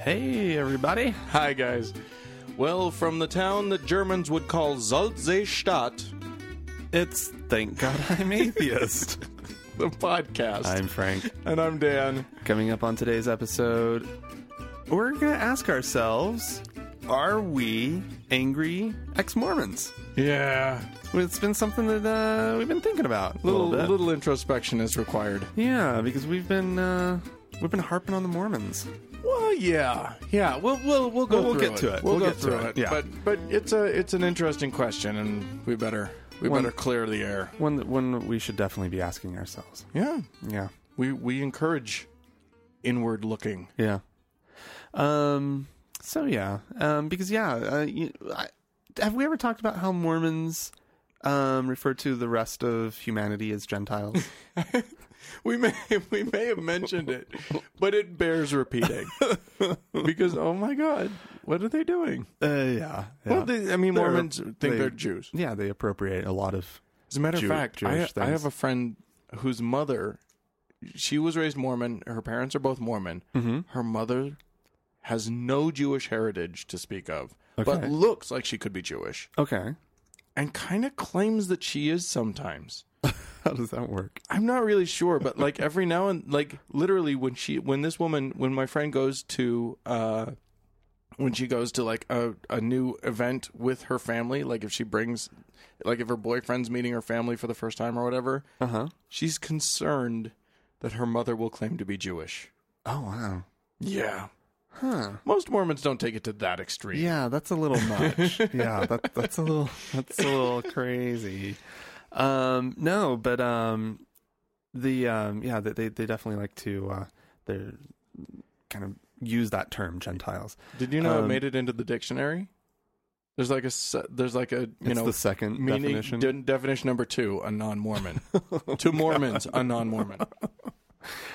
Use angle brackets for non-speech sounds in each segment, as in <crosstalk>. Hey, everybody. Hi, guys. Well, from the town that Germans would call Salzstadt, It's Thank <laughs> God I'm Atheist. the podcast. I'm Frank. and I'm Dan. Coming up on today's episode, we're going to ask ourselves Are we angry ex Mormons? Yeah. It's been something that uh, we've been thinking about a Little little, bit. little, introspection is required. Yeah, because we've been. Uh, We've been harping on the Mormons. Well, yeah, yeah. We'll we'll we'll go. We'll through get to it. We'll, We'll go get to through it, it. yeah. But but it's a it's an interesting question, and we better we One- better clear the air. One that one that we should definitely be asking ourselves. Yeah. Yeah. We we encourage inward looking. Yeah. Um. So yeah. Um. Because yeah. Uh, you, I, have we ever talked about how Mormons um refer to the rest of humanity as <laughs> Gentiles? We may <laughs> we may have mentioned it, but it bears <laughs> repeating because oh my god, what are they doing? uh. Yeah. Well, they, I mean, They're- Mormons think they- they're Jews. yeah. They appropriate a lot of. As a matter Jew- of fact, I, Jewish I things. have a friend whose mother, she was raised Mormon. Her parents are both Mormon. Her mother has no Jewish heritage to speak of, Okay. but looks like she could be Jewish Okay. and kind of claims that she is sometimes. <laughs> How does that work? I'm not really sure, but like every now and like literally when she when this woman when my friend goes to uh when she goes to like a a new event with her family, like if she brings like if her boyfriend's meeting her family for the first time or whatever, Uh huh. she's concerned that her mother will claim to be Jewish. Oh wow. Yeah. Huh. Most Mormons don't take it to that extreme. Yeah, that's a little <laughs> much. yeah, that, that's a little that's a little crazy. Um, no, but um, the um, yeah, they they they definitely like to uh, they're kind of use that term Gentiles. Did you know Um, it made it into the dictionary? There's like a se- there's like a you It's know the second meaning definition. de- definition number 2, <laughs> a non-Mormon. to Mormons, a non-Mormon.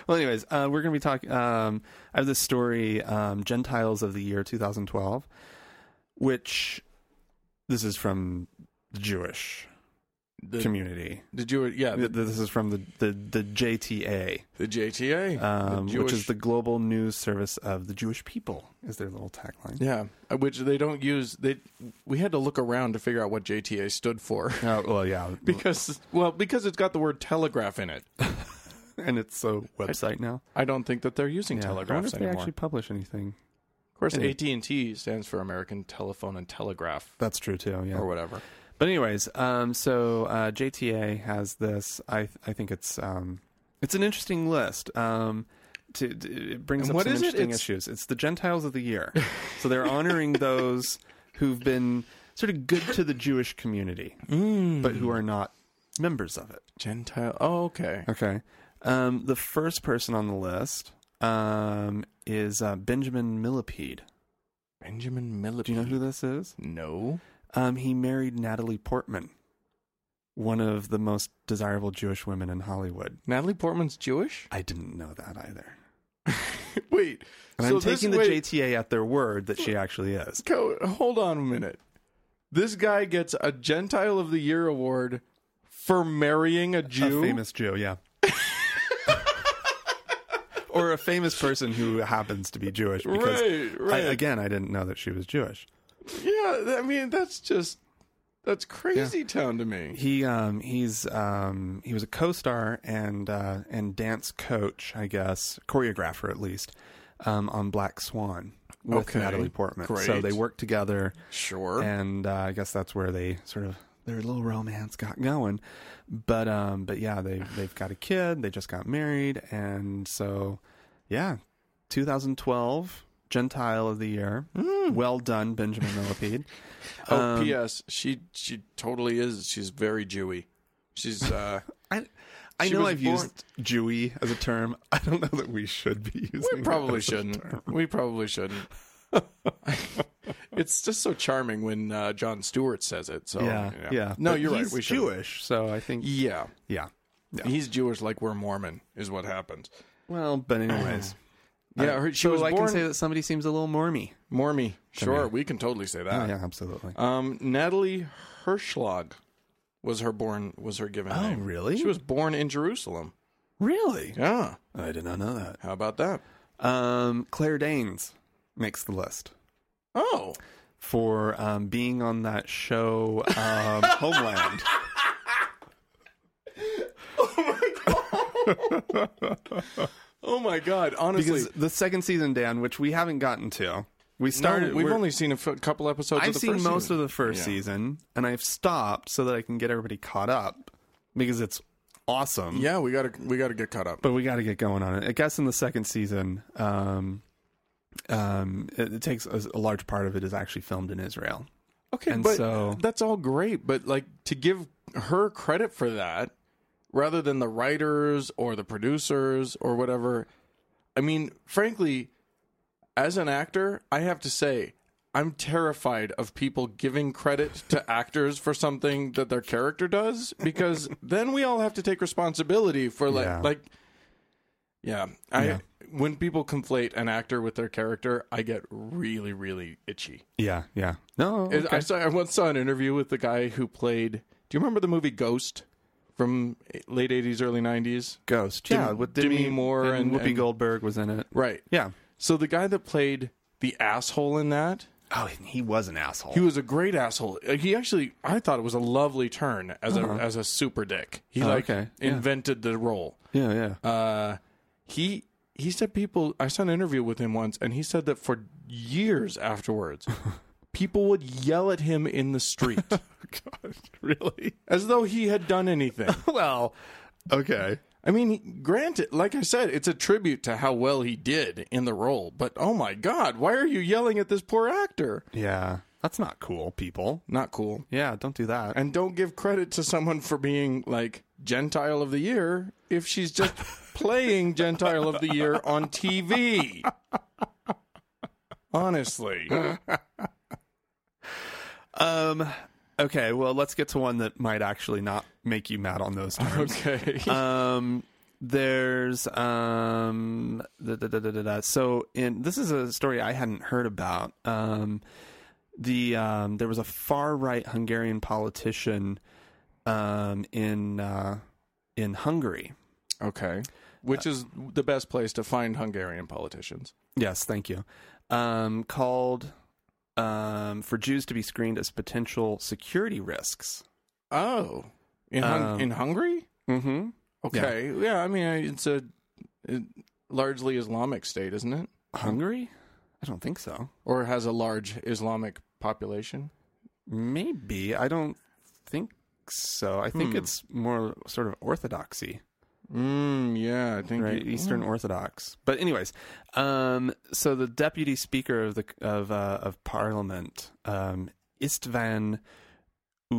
well, anyways, uh, we're gonna be talking. Um, I have this story, um, Gentiles of the year 2012, which this is from the Jewish The, community. Did you? Yeah, Th- the, This is from the the, the JTA. the JTA, um, the which Jewish- is the global news service of the Jewish people, is their little tagline. yeah, uh, which they don't use. They we had to look around to figure out what JTA stood for <laughs> Oh, well, <laughs> yeah. because well because it's got the word telegraph in it. And it's a website now. I don't think that they're using Yeah. I wonder telegraphs if they anymore. actually publish anything. of course, anyway. AT and T stands for American Telephone and Telegraph That's true, too, yeah. or whatever. But anyways, um, so uh, JTA has this. I I think it's um, it's an interesting list. Um, to, to- it brings And up what some is it? interesting It's- issues. It's the Gentiles of the <laughs> year, so they're honoring those who've been sort of good to the Jewish community, but who are not members of it. Gentile. Oh, okay. Okay. Um, the first person on the list um, is uh, Benjamin Millipede. Benjamin Millipede. Do you know who this is? No. Um, he married Natalie Portman, one of the most desirable Jewish women in Hollywood. Natalie <laughs> Portman's Jewish. I didn't know that either. Wait. And so I'm taking this, the wait, JTA at their word that she actually is. Co- hold on a minute. This guy gets a Gentile of the Year award for marrying a Jew. A famous Jew, yeah. <laughs> or a famous person who happens to be Jewish. Because right, right. I, again, I didn't know that she was Jewish. yeah, I mean that's just that's crazy town to me. he um he's um he was a co-star and uh and dance coach i guess choreographer at least um on black swan with Okay. natalie portman so Great. Er. they worked together Sure. and uh, i guess that's where they sort of their little romance got going but um but yeah they they've got a kid they just got married and so yeah 2012 gentile of the year Mm. well done benjamin millipede oh, Um, P.S. She she totally is. She's very Jewy. She's <laughs> uh, I, I She know was I've born- used Jewy as a term. <laughs> I don't know that we should be using. we it probably as a shouldn't. term. We <laughs> probably shouldn't. it's just so charming when uh, John Stewart says it. So Yeah, yeah. No, But you're right. he's We should. Jewish, so I think. Yeah. Yeah. Yeah. He's Jewish like we're Mormon is what happened. Well, <clears throat> but anyways, Yeah, her, she so was I born can say that somebody seems a little mormy. Mormie. Sure, we can totally say that. yeah, absolutely. Um, Natalie Hirschlag was her born was her given oh, name. really? She was born in Jerusalem. really. Yeah. I did not know that. How about that? Um, Claire Danes makes the list Oh. for um, being on that show <laughs> um, Homeland. Oh my God! Honestly, Because the second season, Dan, which we haven't gotten to, we No, started. we've we're- only seen a f- couple episodes. I've of the seen first most season. of the first Yeah. season, and I've stopped so that I can get everybody caught up because it's awesome. Yeah, we gotta we gotta get caught up. but we got to get going on it. I guess in the second season, um, um, it, it takes a, a large part of it is actually filmed in Israel. Okay, And but so- that's all great. But like to give her credit for that, rather than the writers or the producers or whatever. I mean, frankly, as an actor, I have to say I'm terrified of people giving credit <laughs> to actors for something that their character does because then we all have to take responsibility for like Yeah. like yeah. I Yeah. when people conflate an actor with their character, I get really really itchy. Yeah, yeah. No, Is- okay. I saw I once saw an interview with the guy who played. Do you remember the movie Ghost from late eighties, early nineties? Ghost. yeah, Dim- with Demi, Demi Moore and- Whoopi and- Goldberg was in it. Right. Yeah. So the guy that played the asshole in that, Oh, and he was an asshole. he was a great asshole. Like, He actually, I thought it was a lovely turn as a as a super dick. He like Uh-huh. Oh, okay. Yeah. invented the role. yeah, yeah. Uh, he he said people. I saw an interview with him once, and he said that for years <laughs> afterwards, people would yell at him in the street God, really? as though he had done anything. well, okay. I mean, granted, like I said, it's a tribute to how well he did in the role, but oh my god, why are you yelling at this poor actor? Yeah, that's not cool, people. Not cool. Yeah, don't do that. And don't give credit to someone for being like Gentile of the Year if she's just playing Gentile of the Year on TV. Honestly. Um, okay. Well, let's get to one that might actually not make you mad on those <laughs> terms. Okay. um there's um da, da, da, da, da, da. so in this is a story i hadn't heard about um the um there was a far right hungarian politician um in uh in hungary Okay. Which is the best place to find Hungarian politicians. yes thank you um called um for jews to be screened as potential security risks Oh. In Hun- Um, in Hungary? mm-hmm Okay. Yeah. I mean, it's a it, largely Islamic state, isn't it? hungary i don't think so Or has a large Islamic population? Maybe. I don't think so. I Hmm. think it's more sort of orthodoxy, Mm, yeah, I think right? you- Eastern Orthodox. But anyways, um, so the deputy speaker of the of uh, of Parliament, um, Istvan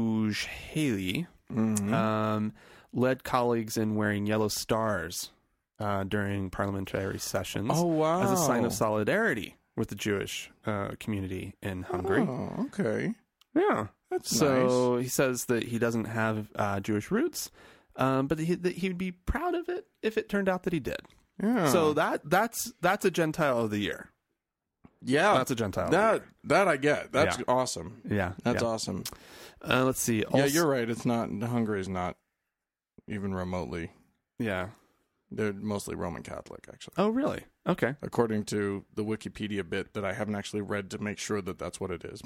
Ujhelyi, Mhm. um, led colleagues in wearing yellow stars uh, during parliamentary sessions Oh wow! as a sign of solidarity with the Jewish uh, community in Hungary. Oh, okay, Yeah. that's So he says that he doesn't have uh, Jewish roots, um, but he, that he would be proud of it if it turned out that he did. nice. Yeah. So that that's that's a Gentile of the year. yeah, That's a Gentile. of the Oh. that that I get. That's Yeah. awesome. year. yeah, That's yeah. awesome. Uh, let's see. yeah, Also- you're right. It's not Hungary's not even remotely. Yeah. They're mostly Roman Catholic, actually, Oh, really? <laughs> Okay. according to the Wikipedia bit that I haven't actually read to make sure that that's what it is.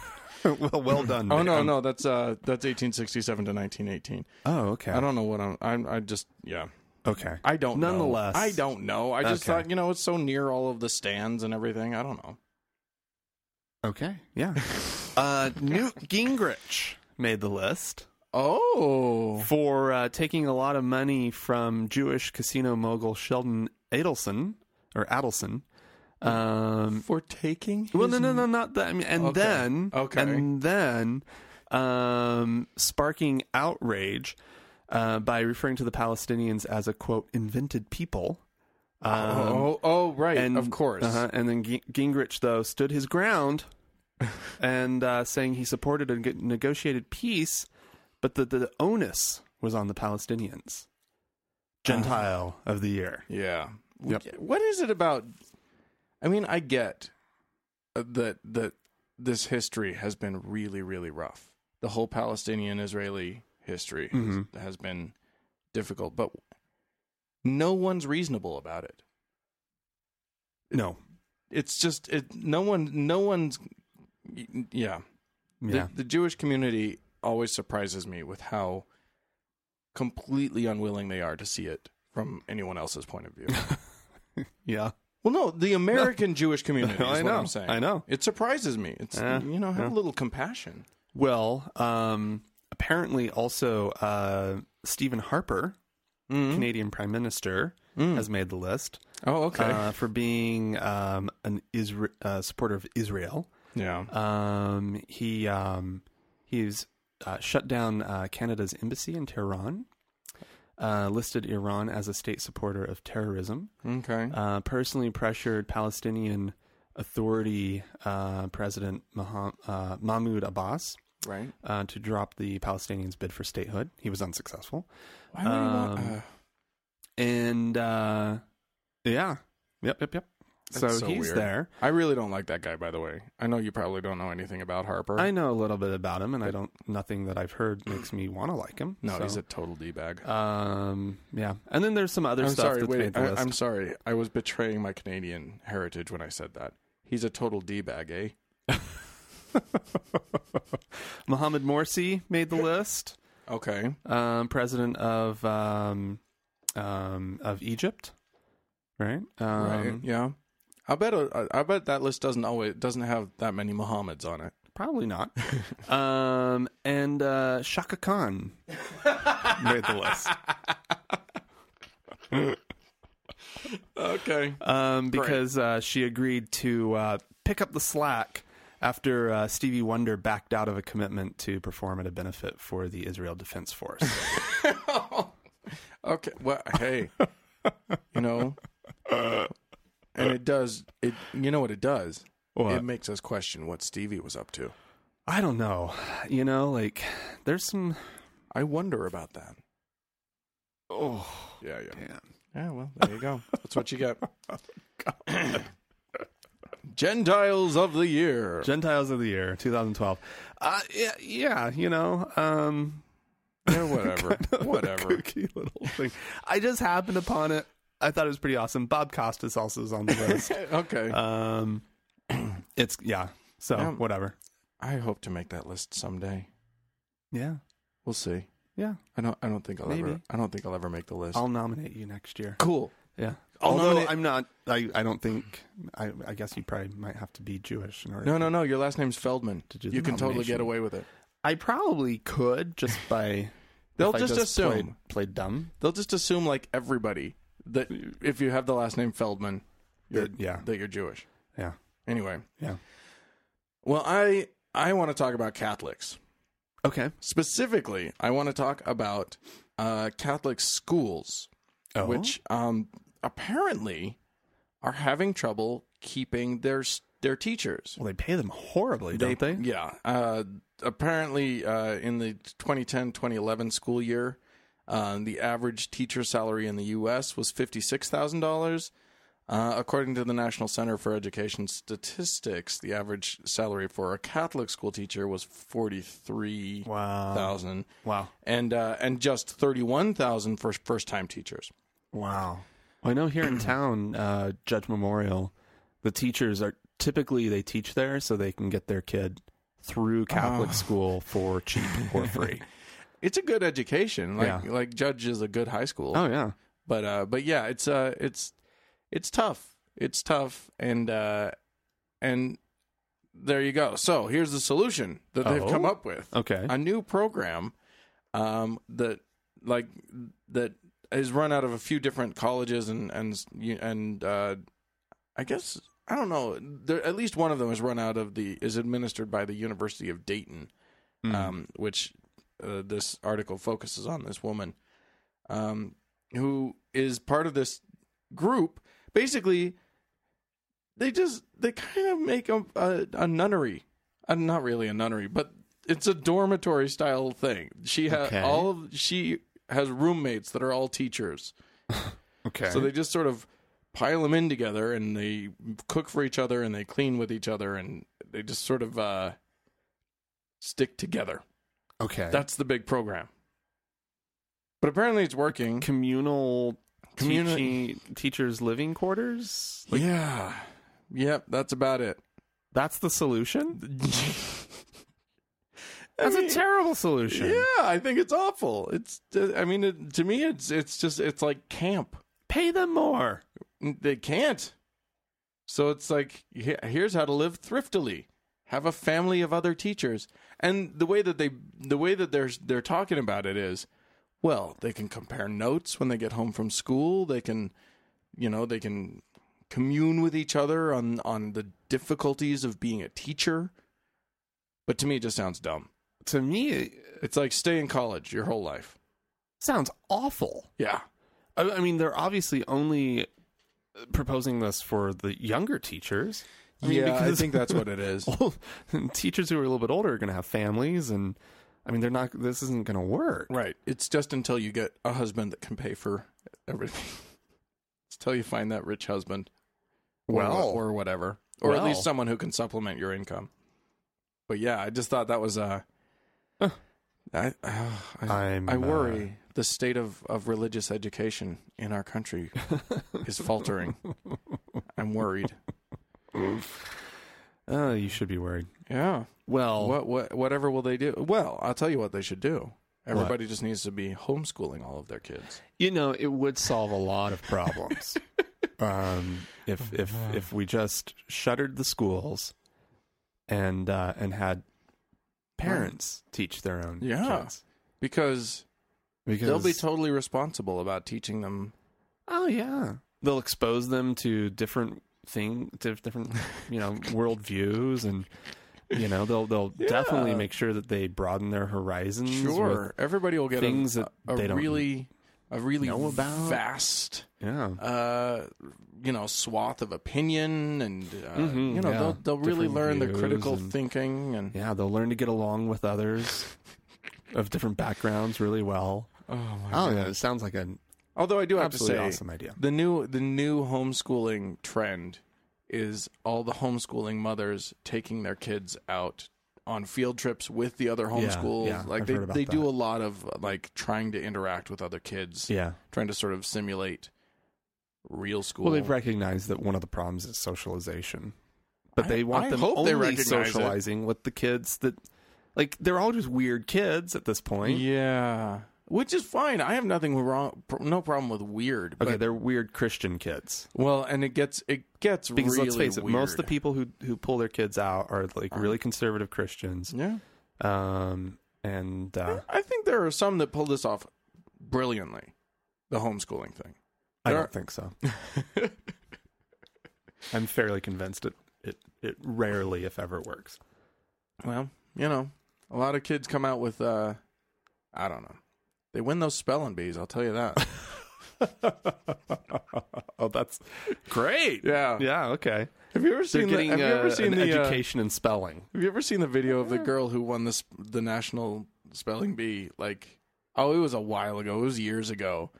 <laughs> well, well done. Oh no, man. no, that's uh, that's 1867 to 1918. Oh, okay. I don't know what I'm. I'm. I just yeah. okay. I don't. know. Nonetheless. I don't know. I just Okay. thought you know it's so near all of the stands and everything. I don't know. Okay. <laughs> Yeah. uh, Newt Gingrich made the list Oh, for uh, taking a lot of money from Jewish casino mogul Sheldon Adelson or Adelson. Um, for taking. Well, no, no, no, not that. I mean, and Okay. then, Okay. and then, um, sparking outrage uh, by referring to the Palestinians as a quote invented people. Um, oh, oh, right. and of course. uh-huh, and then Gi- Gingrich though stood his <laughs> ground, and uh, saying he supported a g- negotiated peace, but that the onus was on the Palestinians. Uh-huh. Gentile of the year. Yeah. Yep. What is it about? I mean, I get uh, that that this history has been really, really rough. The whole Palestinian-Israeli history has, Mhm. has been difficult, but no one's reasonable about it. No, it's just it, no one no one's Yeah. yeah. The, the Jewish community always surprises me with how completely unwilling they are to see it from anyone else's point of view. <laughs> yeah. well, no, the American <laughs> Jewish community is I what know. I'm saying. I know. It surprises me. It's Yeah, you know, have a little compassion. Well, um, apparently also uh, Stephen Harper, Canadian Prime Minister, has made the list Oh, okay. uh, for being um, an Isra- uh, supporter of Israel. yeah. Um, he um, he's uh, shut down uh, Canada's embassy in Tehran. Uh, listed Iran as a state supporter of terrorism. Okay. Uh, personally pressured Palestinian Authority uh, President Maham- uh, Mahmoud Abbas right. uh, to drop the Palestinians' bid for statehood. He was unsuccessful, Why would you want? um, Uh, and uh, yeah, yep, yep, yep. So, That's so he's weird. there. I really don't like that guy. By the way, I know you probably don't know anything about Harper. I know a little bit about him, and I don't. Nothing that I've heard makes me want to like him. no, so, he's a total d bag. um, yeah. And then there's some other I'm stuff sorry. that's made Wait, the I, list. I'm sorry. I was betraying my Canadian heritage when I said that. He's a total d bag, eh? <laughs> Mohammed Morsi made the list. Okay. um, president of um, um, of Egypt, right? Um, right. Yeah. I bet. uh, I bet that list doesn't always doesn't have that many Muhammads on it. Probably not. um, and uh, Shaka Khan made the list Okay. um, because uh, she agreed to uh, pick up the slack after uh, Stevie Wonder backed out of a commitment to perform at a benefit for the Israel Defense Force. Okay. Well, hey, you know, and it does. It. You know what it does? What? It makes us question what Stevie was up to. I don't know. You know, like there's some. I wonder about that. Oh Yeah. Yeah. damn. Yeah, well, there you go. That's what <laughs> you get. Oh, <coughs> Gentiles of the year. Gentiles of the Year, 2012. Uh, yeah, yeah, you know, um, <laughs> yeah, whatever. whatever. kooky little thing. I just happened upon it. I thought it was pretty awesome. Bob Costas also is on the <laughs> list. Eh, Okay. um, <clears throat> it's yeah. So Yeah. whatever. I hope to make that list someday. Yeah, We'll see. yeah. I don't I don't think I'll ever Maybe. I don't think I'll ever make the list. I'll nominate you next year. cool. Yeah. I'll Although nominate- I'm not. I, I don't think. I I guess you probably might have to be Jewish in order. No, no, no. Your last name's Feldman. To do the you can totally get nomination. away with it. I probably could just <laughs> by. They'll if I just assume. played, played dumb. They'll just assume like everybody that if you have the last name Feldman, you're, That- yeah. that you're Jewish. Yeah. Anyway, Yeah. well, I I want to talk about Catholics. Okay. Specifically, I want to talk about uh, Catholic schools, Oh. which um, apparently are having trouble keeping their s- their teachers. Well, they pay them horribly, don't they? Yeah. Uh, apparently, uh, in the 2010 2011 school year, um, the average teacher salary in the U.S. was $56,000. Uh, according to the National Center for Education Statistics, the average salary for a Catholic school teacher was forty-three Wow. thousand, Wow. and uh, and just thirty-one thousand for first-time teachers. Wow. Well, I know here in town, uh, Judge Memorial, the teachers are typically they teach there so they can get their kid through Catholic school for cheap <laughs> or free. It's a good education. Like Yeah. like Judge is a good high school. oh yeah. but uh but yeah it's uh it's it's tough it's tough and uh and there you go so here's the solution that they've Oh. come up with Okay. a new program um that like that is run out of a few different colleges and and and uh i guess i don't know there at least one of them is run out of the is administered by the university of dayton Mm. um, which uh, this article focuses on this woman um, who is part of this group. Basically, they just they kind of make a, a, a nunnery, uh, not really a nunnery, but it's a dormitory style thing. She has Okay. all of she has roommates that are all teachers. okay. So they just sort of pile them in together and they cook for each other and they clean with each other and they just sort of uh, stick together. okay. That's the big program. But apparently it's working. communal Communi- teaching, teachers living quarters. yeah. Yep, that's about <laughs> it. That's the solution. That's a terrible solution. Yeah, I think it's awful. It's uh, I mean it, to me it's it's just it's like camp. Pay them more. They can't. So it's like he- here's how to live thriftily. Have a family of other teachers. And the way that they the way that they're they're talking about it is well, they can compare notes when they get home from school. They can you know, they can commune with each other on on the difficulties of being a teacher. But to me it just sounds dumb. To me, it It's like stay in college your whole life. sounds awful. Yeah. I, I mean, they're obviously only proposing this for the younger teachers. I mean, yeah, because I think that's what it <laughs> is. old, <laughs> teachers who are a little bit older are going to have families, and I mean, they're not. This isn't going to work. right. It's just until you get a husband that can pay for everything. <laughs> it's till you find that rich husband. Or Well. what- or, whatever. Or at Well. least someone who can supplement your income. But yeah, I just thought that was uh, Huh. I, uh, I I'm, I worry the state of, of religious education in <laughs> our country is faltering. I'm worried. Uh, oh, you should be worried. Yeah. Well, What what whatever will they do? Well, I'll tell you what they should do. Everybody just needs to be homeschooling all of their kids. you know, it would solve a lot of problems <laughs> um, if if if we just shuttered the schools and uh, and had parents teach their own Yeah. kids Because because they'll be totally responsible about teaching them. Oh yeah, they'll expose them to different thing, to different you <laughs> know worldviews, and you know they'll they'll definitely make sure that they broaden their horizons. with- Sure, everybody will get things a, that a they don't really a really know about. vast yeah, uh, you know swath of opinion, and uh, Mhm, you know yeah. they'll they'll really Different learn the views critical and- thinking and yeah, they'll learn to get along with <laughs> others of different backgrounds really well. oh my Oh yeah, it sounds like an Although I do have absolutely to say, awesome idea. the new the new homeschooling trend is all the homeschooling mothers taking their kids out on field trips with the other homeschool. yeah, like I've they heard about they do that. a lot of like trying to interact with other kids, Yeah. trying to sort of simulate real school. Well, they've recognized that one of the problems is socialization, but I- they want I them hope they only recognize it. socializing with the kids that, like, they're all just weird kids at this point. yeah, which is fine. I have nothing wrong, pr- no problem with weird. Okay, but, they're weird Christian kids. well, and it gets it gets Because really let's face it, most of the weird. people who who pull their kids out are like really conservative Christians. yeah. Um, and uh, I think there are some that pull this off brilliantly, the homeschooling thing. I There don't think so. <laughs> I'm fairly convinced it, it it rarely, if ever, works. Well, you know, a lot of kids come out with, uh, I don't know, they win those spelling bees. I'll tell you that. Oh, that's <laughs> great. yeah. Yeah. Okay. Have you ever They're seen? getting the, have you ever uh, seen an the? uh, education in spelling. have you ever seen the video of the girl who won the sp- the national spelling bee? Like, oh, it was a while ago. It was years ago.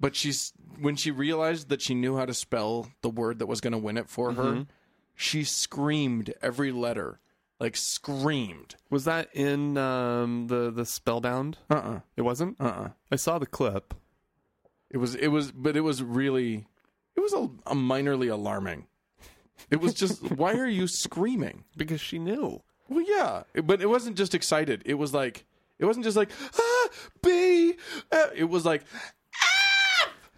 But she's when she realized that she knew how to spell the word that was going to win it for her, she screamed every letter, like screamed. Was that in um, the the Spellbound? Uh uh-uh, It wasn't. uh. Uh-uh. I saw the clip. It was. It was. But it was really. It was a, a minorly alarming. It was just. why are you screaming? Because she knew. Well, yeah. But it wasn't just excited. It was like. It wasn't just like ah B. ah." It was like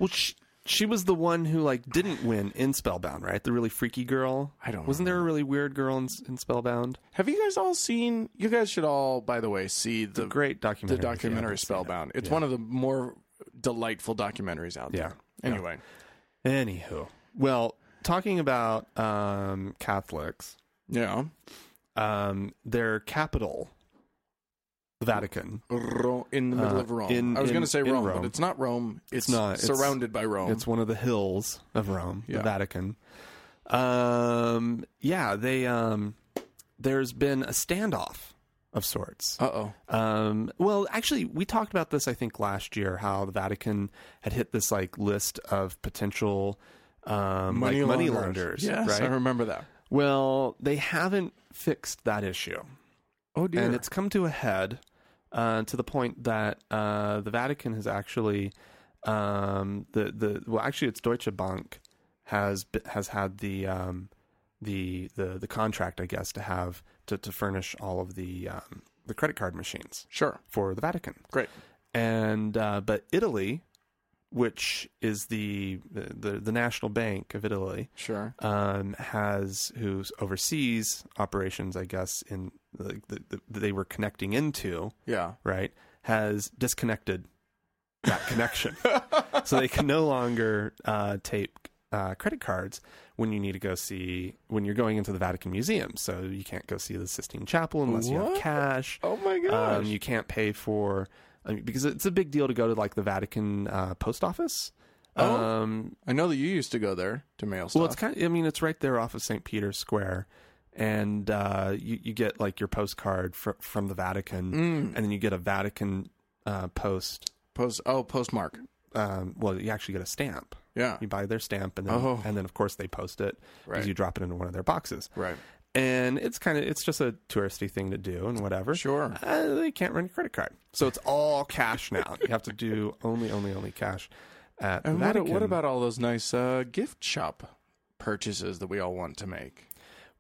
Well, she, she was the one who like didn't win in Spellbound, right? The really freaky girl. I don't Wasn't there a really weird girl in, in Spellbound? Have you guys all seen? You guys should all, by the way, see the Great the documentary. if you documentary haven't seen it. Spellbound. It's one of the more delightful documentaries out there. Anyway, Anywho, well, talking about um, Catholics, yeah. um, their capital, the Vatican. Ro- in the middle Uh, of Rome. in- I was in- going to say in Rome, Rome. but it's not Rome. It's, not. It's- surrounded by Rome. It's one of the hills of Rome, Oh. Yeah. the Vatican. Um, yeah, they um, there's been a standoff of sorts. Uh oh. Um, well, actually, we talked about this, I think, last year, how the Vatican had hit this like list of potential um, like money launderers. Yes, I Right? remember that. Well, they haven't fixed that issue, Oh dear. and it's come to a head uh, to the point that uh, the Vatican has actually um, the the well, actually, it's Deutsche Bank has b- has had the um, the the the contract, I guess, to have to to furnish all of the um, the credit card machines Sure. for the Vatican. Great. And uh, but Italy, which is the the the national bank of Italy, Sure. um, has who oversees operations, I guess, in the, the, the, they were connecting into, Yeah. right? Has disconnected that connection, so they can no longer uh, tape uh, credit cards when you need to go see when you're going into the Vatican Museum. So you can't go see the Sistine Chapel unless you have What? cash. Oh my Um, gosh. you can't pay for I mean, because it's a big deal to go to like the Vatican uh, post office. Oh. Um, I know that you used to go there to mail stuff. well, it's kind. Of, I mean, it's right there off of St. Peter's Square, and uh, you you get like your postcard fr- from the Vatican, and then you get a Vatican uh, post. post oh postmark. Um, well, you actually get a stamp. Yeah. You buy their stamp, and then Oh. and then of course they post it because Right. you drop it into one of their boxes. Right. And it's kind of it's just a touristy thing to do and whatever. Sure. Uh, they can't run your credit card, so it's all cash now. you have to do only only only cash. At the And what, Vatican. what about all those nice uh, gift shop purchases that we all want to make?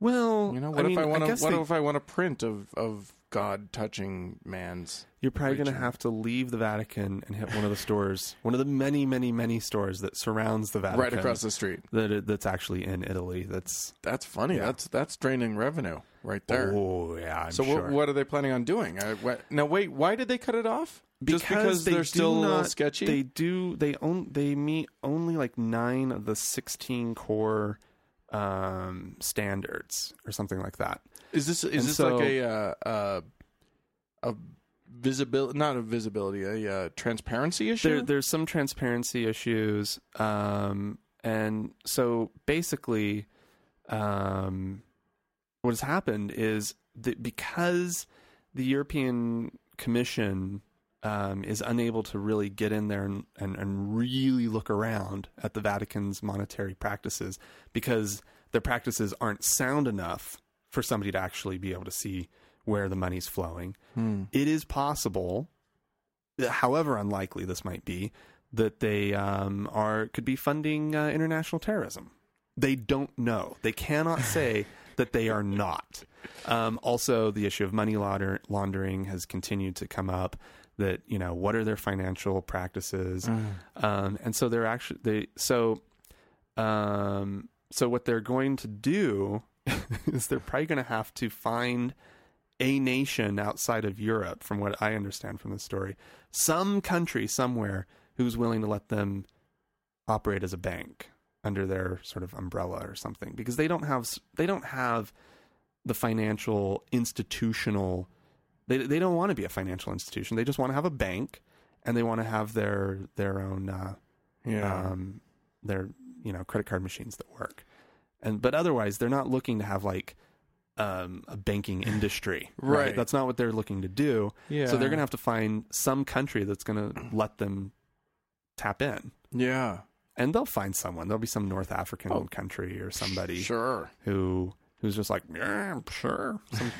well? You know, I what mean, if I want I to? guess What they- if I want a print of of God touching man's? You're probably going to Reaching. have to leave the Vatican and hit one of the stores, one of the many, many, many stores that surrounds the Vatican, Right across the street. that that's actually in Italy. That's That's funny. That's that's draining revenue right there. oh yeah, I'm so sure. what, what are they planning on doing? I, what, now wait, why did they cut it off? Just because they they're do still a little not- sketchy. They do. They own. They meet only like nine of the sixteen core um, standards or something like that. Is this is And this so- like a uh, uh, a visibility? Not a visibility, a uh, transparency issue. There, there's some transparency issues, um, and so basically, um, what has happened is that because the European Commission um, is unable to really get in there and, and, and really look around at the Vatican's monetary practices, because their practices aren't sound enough for somebody to actually be able to see where the money's flowing Hmm. it is possible, however unlikely this might be, that they um, are could be funding uh, international terrorism. They don't know. They cannot say that they are not. Um, also, the issue of money launder- laundering has continued to come up. That you know, what are their financial practices? Um, and so they're actually they so um, so what they're going to do <laughs> is they're probably going to have to find a nation outside of Europe, from what I understand from this story, some country somewhere who's willing to let them operate as a bank under their sort of umbrella or something, because they don't have s- they don't have the financial institutional. They they don't want to be a financial institution. They just want to have a bank, and they want to have their their own. Uh, Yeah. um, their you know credit card machines that work, and but otherwise they're not looking to have like um, a banking industry, Right. That's not what they're looking to do. yeah. So they're gonna have to find some country that's gonna let them tap in, Yeah. and they'll find someone. There'll be some North African Oh, country or somebody Sure. who who's just like yeah, sure, <laughs> some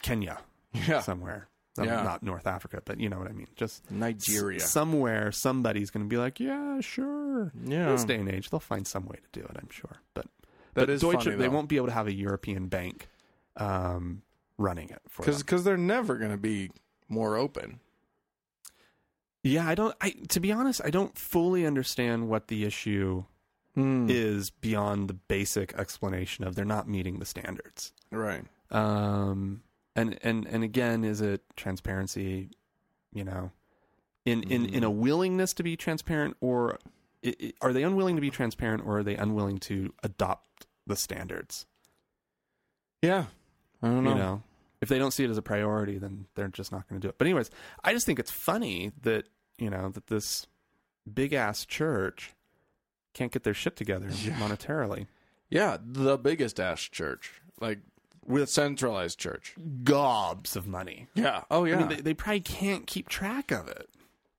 Kenya Yeah. somewhere. Yeah. Not North Africa, but you know what I mean. Just s- Nigeria. somewhere, somebody's going to be like, yeah, sure. yeah. this day and age, they'll find some way to do it, I'm sure. But That but is Deutsche, funny, they though. won't be able to have a European bank um, running it for them. Because they're never going to be more open. Yeah, I don't. I to be honest, I don't fully understand what the issue Hmm. is beyond the basic explanation of they're not meeting the standards. Right. Um, and and and again, is it transparency? You know, in in in a willingness to be transparent, or i i are they unwilling to be transparent, or are they unwilling to adopt the standards? Yeah. I don't know. you know if they don't see it as a priority then they're just not going to do it but anyways i just think it's funny that you know that this big ass church can't get their shit <laughs> together Yeah. monetarily Yeah. The biggest ass church. Like, with centralized church. gobs of money Yeah. Oh, yeah. i mean they, they probably can't keep track of it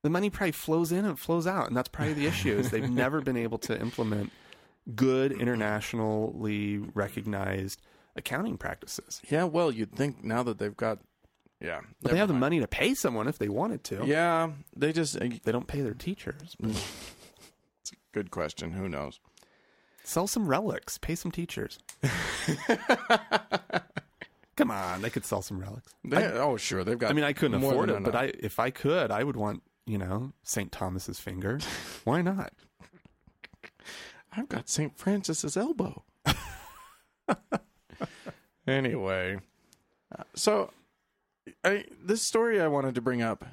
the money probably flows in and flows out and that's probably the issue is <laughs> they've never been able to implement good internationally recognized accounting practices yeah. Well, you'd think now that they've got. Yeah. but they have the money to pay someone if they wanted to Yeah. They just. eh, they don't pay their teachers Good question. Who knows? Sell some relics. Pay some <laughs> teachers. Come on, they could sell some relics. They- oh, sure, they've got. I mean, I couldn't more afford than it, but enough. I if I could, I would want you know St. Thomas's <laughs> finger. Why not? I've got St. Francis's elbow. <laughs> anyway, uh, so I this story I wanted to bring up,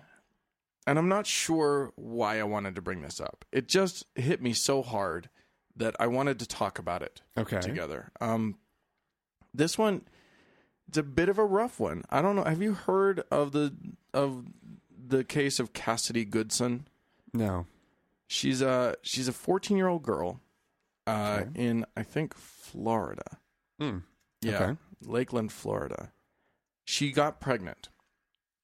and I'm not sure why I wanted to bring this up. It just hit me so hard that I wanted to talk about it Okay. together. Um, this one, it's a bit of a rough one. I don't know. Have you heard of the of the case of Cassidy Goodson? No. She's a she's a 14 year old girl, uh, in I think Florida. Mm. Yeah, Okay. Lakeland, Florida. She got pregnant,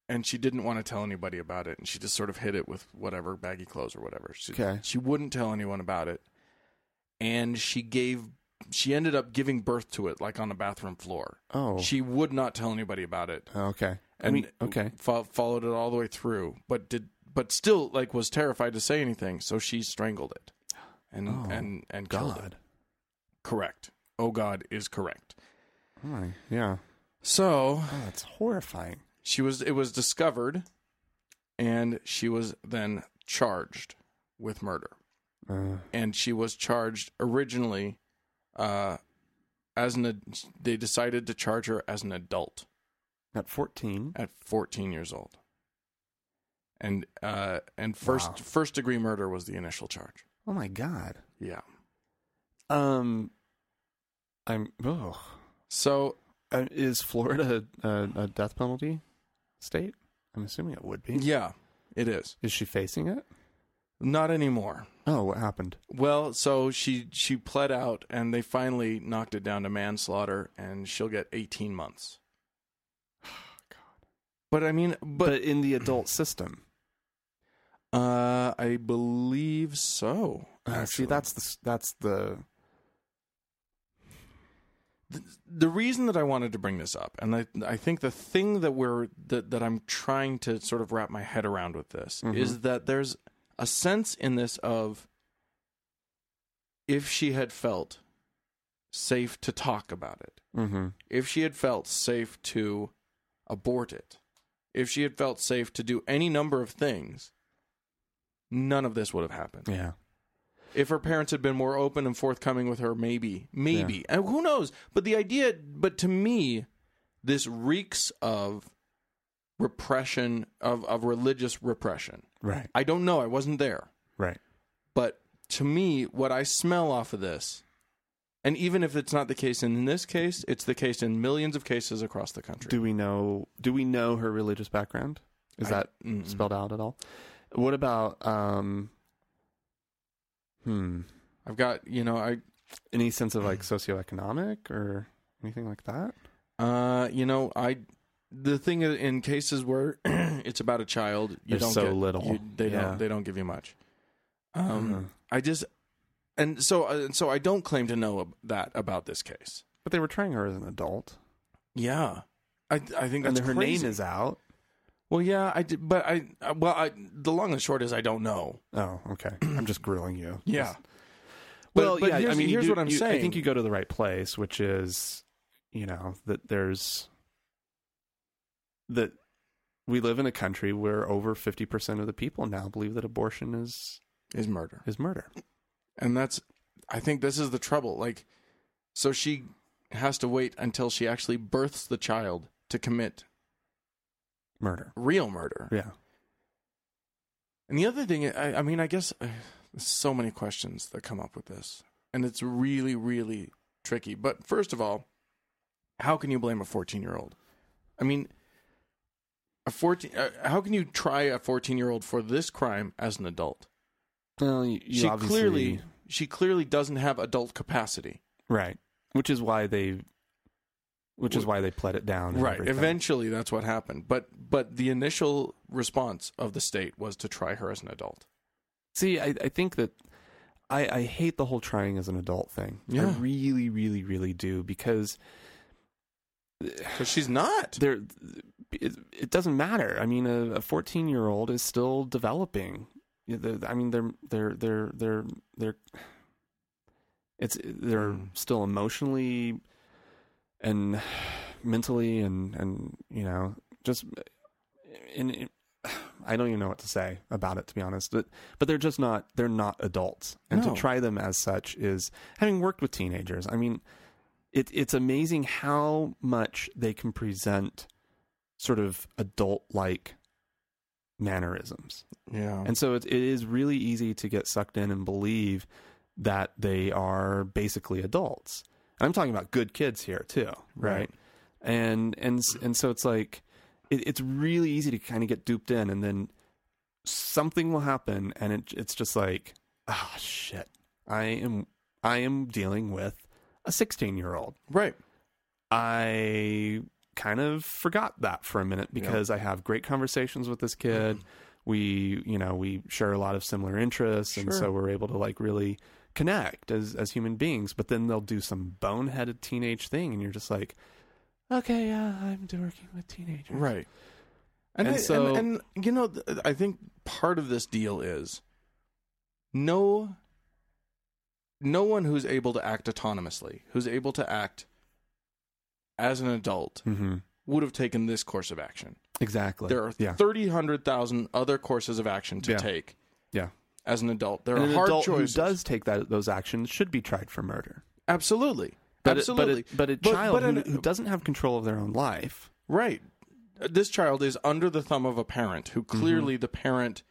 and she didn't want to tell anybody about it, and she just sort of hid it with whatever baggy clothes or whatever. She, Okay. She wouldn't tell anyone about it, and she gave she ended up giving birth to it like on the bathroom floor. Oh. She would not tell anybody about it, okay. and I mean, okay. fo- followed it all the way through, but did but still like was terrified to say anything, so she strangled it, and Oh, and and killed it. God. Correct. Oh God is correct. Oh my. Yeah. So Oh, that's horrifying. she was. It was discovered, and she was then charged with murder. Uh, And she was charged originally, uh, as an. ad- They decided to charge her as an adult. at fourteen. at 14 years old. And uh, and first Wow. first degree murder was the initial charge. Oh my God. Yeah. Um. I'm. Oh. So Uh, is Florida a, a death penalty state? I'm assuming it would be. yeah, it is Is she facing it? not anymore. Oh, what happened? Well, so she she pled out, and they finally knocked it down to manslaughter, and she'll get <sighs> 18 months. But I mean, But but, in the adult <clears throat> system. uh, I believe so. Uh, see, actually. that's the s- that's the the reason that I wanted to bring this up, and I, I think the thing that we're that, that I'm trying to sort of wrap my head around with this is that there's a sense in this of if she had felt safe to talk about it, mm-hmm. if she had felt safe to abort it, if she had felt safe to do any number of things, none of this would have happened yeah. if her parents had been more open and forthcoming with her maybe maybe and who knows but the idea but to me this reeks of repression of, of religious repression Right. i don't know i wasn't there Right. but to me what i smell off of this and even if it's not the case in this case it's the case in millions of cases across the country Do we know? Do we know her religious background? Is I- that Mm-mm. spelled out at all? What about um? Hmm. i've got you know i Any sense of like socioeconomic or anything like that? uh you know i the thing is, in cases where <clears throat> it's about a child you There's don't so get, little. you- they Yeah. Uh-huh. don't they don't give you much um i just and so uh, so i don't claim to know ab- that about this case But they were trying her as an adult, yeah i i think that's and her crazy. name is out. well yeah i did, but i uh, well i the long and short is i don't know Oh, okay. <clears throat> I'm just grilling you. yeah But- Well, but yeah, here's- I mean, you here's do- what I'm you- I saying. think you go to the right place, which is, you know, that there's that we live in a country where over 50% of the people now believe that abortion is is murder is murder. and that's i think this is the trouble like so she has to wait until she actually births the child to commit Murder. real murder Yeah. And the other thing, I, I mean, I guess uh, there's so many questions that come up with this, and it's really, really tricky. But first of all, how can you blame a 14 year old? I mean, a 14. Uh, how can you try a 14 year old for this crime as an adult? Well, you, you she obviously- clearly, she clearly doesn't have adult capacity. right, which is why they, which is why they pled it down. and Right. everything. Eventually, that's what happened. But but the initial response of the state was to try her as an adult. See, I, I think that I, I hate the whole trying as an adult thing. Yeah. I really, really, really do because Because she's not. there it, it doesn't matter i mean a, a 14 year old is still developing You know, the- i mean they're they're they're they're they're It's they're still emotionally and <sighs> mentally and and you know just and it, <sighs> I don't even know what to say about it to be honest. But but they're just not they're not adults, and to No. try them as such is having worked with teenagers. I mean, it it's amazing how much they can present sort of adult like mannerisms. Yeah. And so it, it is really easy to get sucked in and believe that they are basically adults. And I'm talking about good kids here too, right? Right. And and and so it's like it, it's really easy to kind of get duped in, and then something will happen, and it, it's just like, ah, shit, I am I am dealing with a 16 year old. right. I kind of forgot that for a minute because I have great conversations with this Mm-hmm. kid. We, you know, we share a lot of similar interests, and Sure. so we're able to like really connect as as human beings. But then they'll do some boneheaded teenage thing, and you're just like, okay, yeah, I'm do- working with teenagers, Right. And, And I- so- and, and, you know, th- I think part of this deal is no no one who's able to act autonomously, who's able to act as an adult, Mm-hmm. would have taken this course of action. Exactly. There are yeah, thirty hundred thousand other courses of action to Yeah. take yeah. as an adult. There And are an hard adult choices. who does take that those actions should be tried for murder. Absolutely. But it- but it- Absolutely. but a child who, an- who doesn't have control of their own life, Right. Uh, This child is under the thumb of a parent who clearly the parent,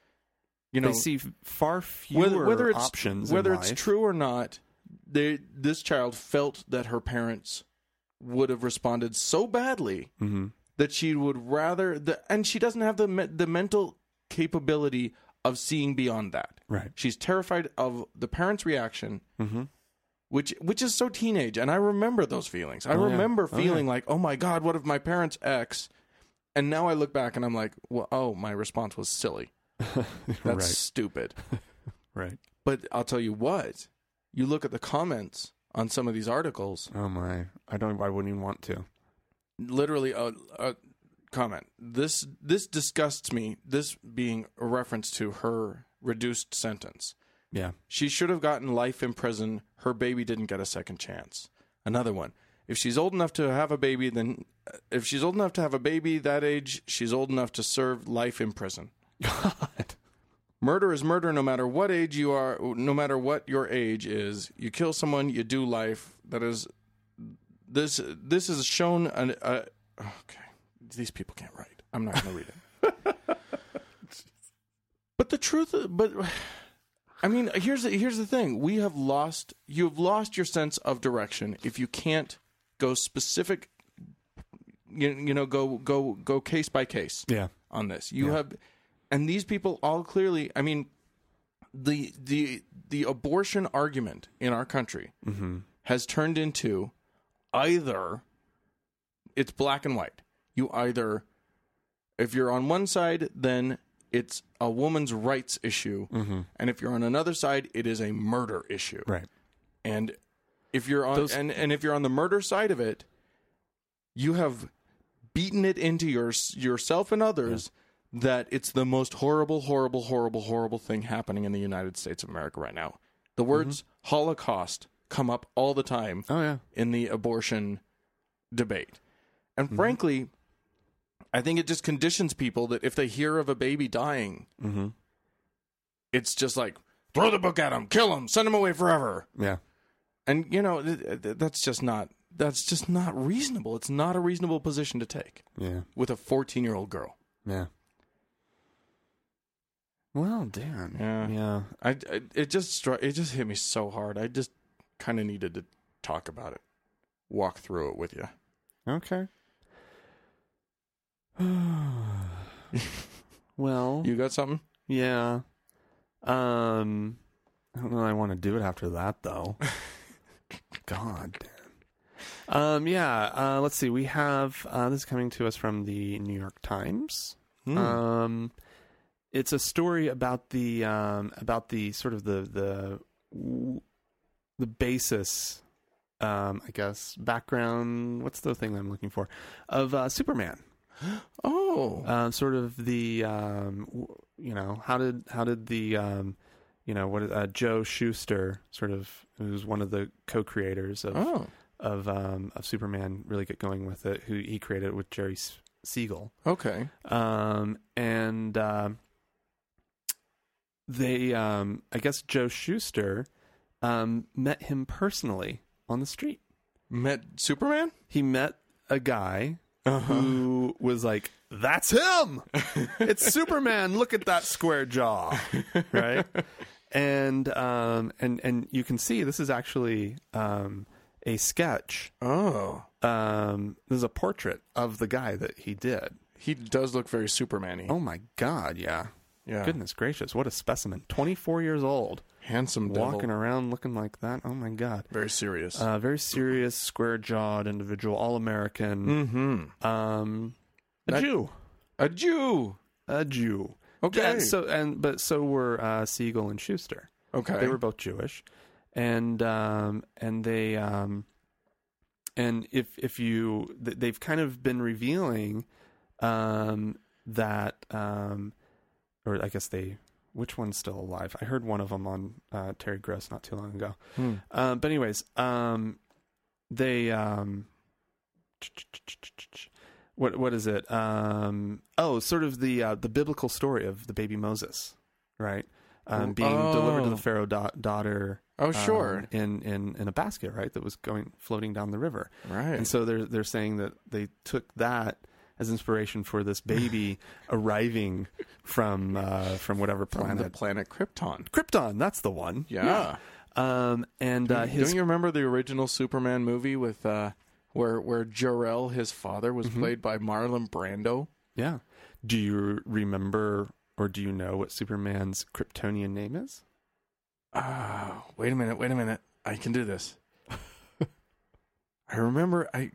you know, Mm-hmm. they see far fewer whether, whether it's options. in whether it's life. true or not, they, this child felt that her parents would have responded so badly Mhm. that she would rather the, and she doesn't have the me- the mental capability of seeing beyond that. right? She's terrified of the parents' reaction, <laughs> Mm-hmm. which which is so teenage and i remember those feelings i Oh, yeah. remember Oh, yeah. feeling like oh my god what if my parents ex and now i look back and i'm like well, oh my response was silly that's stupid right, right. but i'll tell you what you look at the comments on some of these articles Oh my! I don't. I wouldn't even want to. literally a, a comment this this disgusts me this being a reference to her reduced sentence Yeah. She should have gotten life in prison. Her baby didn't get a second chance. Another one. If she's old enough to have a baby, then if she's old enough to have a baby that age, she's old enough to serve life in prison. God. Murder is murder no matter what age you are, no matter what your age is. You kill someone, you do life. That is this this is shown an uh, okay. These people can't write. I'm not going to read it. but the truth but I mean, here's the, here's the thing. We have lost you've lost your sense of direction if you can't go specific you, you know go go go case by case Yeah. on this. You have, and these people all clearly. I mean, the the the abortion argument in our country has turned into either it's black and white. You either, if you're on one side, then it's a woman's rights issue, and if you're on another side, it is a murder issue Right. and if you're on Those- and, and if you're on the murder side of it you have beaten it into your yourself and others that it's the most horrible horrible horrible horrible thing happening in the United States of America right now the words holocaust come up all the time Oh yeah. in the abortion debate. And frankly, I think it just conditions people that if they hear of a baby dying, Mhm. it's just like throw the book at him, kill him, send him away forever. Yeah. And you know, th- th- that's just not that's just not reasonable. It's not a reasonable position to take Yeah. with a 14-year-old girl. Yeah. Well, Dan. Yeah. Yeah. I, I it just struck it just hit me so hard. I just kind of needed to talk about it. Walk through it with you. <laughs> Okay. <sighs> well. You got something? Yeah. Um. I don't know. that I want to do it after that though. God. Dan. Um, yeah, uh, let's see. We have uh, this is coming to us from the New York Times. Hmm. Mm. Um, it's a story about the um, about the sort of the the w- the basis, um, I guess, background. What's the thing I'm looking for of uh, Superman? oh. Uh, Um, sort of the um, w- you know how did how did the um, you know what is uh, Joe Schuster, sort of who's one of the co-creators of Oh, of um, of Superman, really get going with it. Who he created it with Jerry S- Siegel, okay. um, and um they, um, I guess Joe Schuster um, met him personally on the street. Met Superman? He met a guy who was like, "That's him! <laughs> It's Superman! Look at that square jaw!" Right? And um, and and you can see this is actually um, a sketch. Oh. Um, this is a portrait of the guy that he did. He does look very Superman-y. Oh my god! Yeah. yeah. Goodness gracious! What a specimen! Twenty-four years old, Handsome devil. walking around looking like that. Oh my god! Very serious. Uh, very serious, square-jawed individual, all American. mm-hmm. Um, a That- Jew. A Jew. a Jew. Okay. And so and but so were uh, Siegel and Schuster. okay. They were both Jewish, and um, and they um, and if if you th- they've kind of been revealing um, that um, or I guess they which one's still alive? I heard one of them on uh, Terry Gross not too long ago. Hmm. Um, but anyways, um, they um, what what is it? Um, oh, sort of the uh, the biblical story of the baby Moses, right? Um, being delivered to Oh. the Pharaoh da- daughter. Oh, um, sure. in in in a basket, right? That was going floating down the river. right. Um, And so they're they're saying that they took that as inspiration for this <laughs> baby arriving from uh, from whatever on the planet. planet Krypton. Krypton, that's the one. Yeah. Um, and uh, his Don't you remember the original Superman movie with uh, where where Jor-El, his father, was Mm-hmm. played by Marlon Brando? Yeah. Do you remember or do you know what Superman's Kryptonian name is? Oh, wait a minute, wait a minute. I can <laughs> do this. I remember I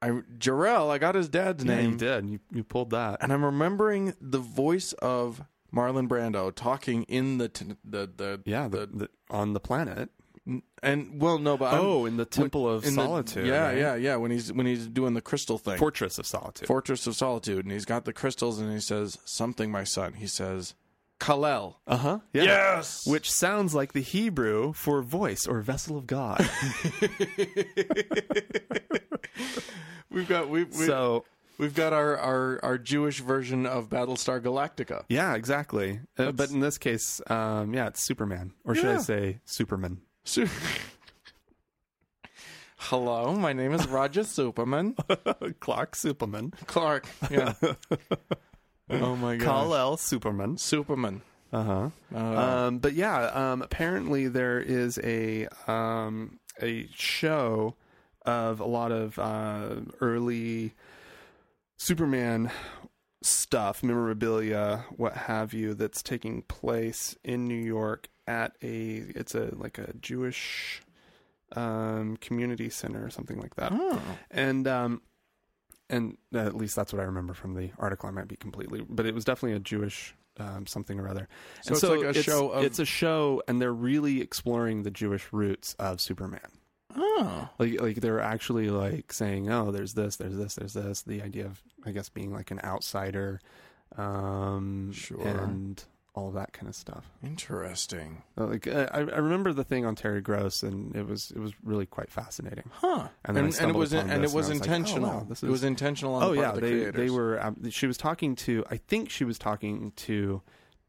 I Jor-El, I got his dad's Yeah, name. you did. You you pulled that. And I'm remembering the voice of Marlon Brando talking in the t- the the Yeah, the, the, on the planet. and well no but I'm- oh, eh? in the Temple of in the- Solitude. yeah, right? yeah, yeah. When he's when he's doing the crystal thing, Fortress of Solitude. Fortress of Solitude, and he's got the crystals, and he says something, my son. He says, Kalel. uh huh. Yeah. Yes. Which Which sounds like the Hebrew for voice or vessel of God. we've got we've <laughs> we, so we've got our, our our Jewish version of Battlestar Galactica. yeah, exactly. Uh, but in this case, um, yeah, it's Superman, or should I Yeah. say <laughs> Superman? So- Hello, my name is Roger <laughs> Superman Clark Superman, Clark. Yeah. oh my God. Kal El Superman. Superman. Uh, Uh-huh. Um, but yeah, um, apparently there is a um, a show of a lot of uh, early Superman stuff, memorabilia, what have you, that's taking place in New York at a it's a like a Jewish um, community center or something like that Oh. and um and uh, at least that's what I remember from the article. I might be completely, but it was definitely a Jewish um, something or other. So it's like a show of- it's a show, and they're really exploring the Jewish roots of Superman. Oh. Like, like they're actually like saying, "Oh, there's this, there's this, there's this." The idea of, I guess, being like an outsider, um, Sure. and all that kind of stuff. Interesting. Uh, Like, I, I remember the thing on Terry Gross, and it was it was really quite fascinating. Huh. And then And, I and, it stumbled was upon and it this, and was I was like, oh, intentional. wow, this It is- was intentional on oh the part yeah of the they creators. they were um, she was talking to i think she was talking to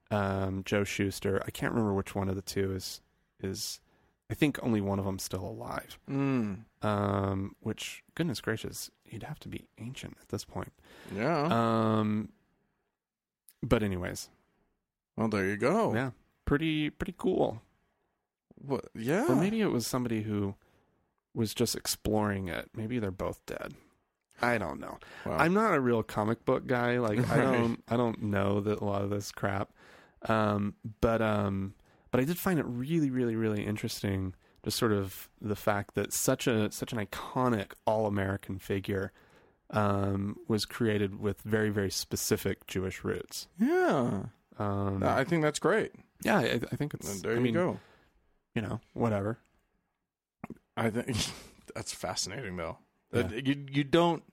um joe schuster i can't remember which one of the two is is i think only one of them's still alive Mm. um which goodness gracious he'd have to be ancient at this point Yeah. um but anyways well, there you go. yeah pretty pretty cool What, yeah. or maybe it was somebody who was just exploring it maybe they're both dead i don't know Wow. I'm not a real comic book guy. Like I Right. don't I don't know that a lot of this crap. Um, but um, but I did find it really, really, really interesting. Just sort of the fact that such a such an iconic all American figure um, was created with very, very specific Jewish roots. yeah. Um, Uh, I think that's great. yeah, I, I think it's. And there I you mean, go. You know, whatever. I think <laughs> that's fascinating, though. Yeah. That- You you don't.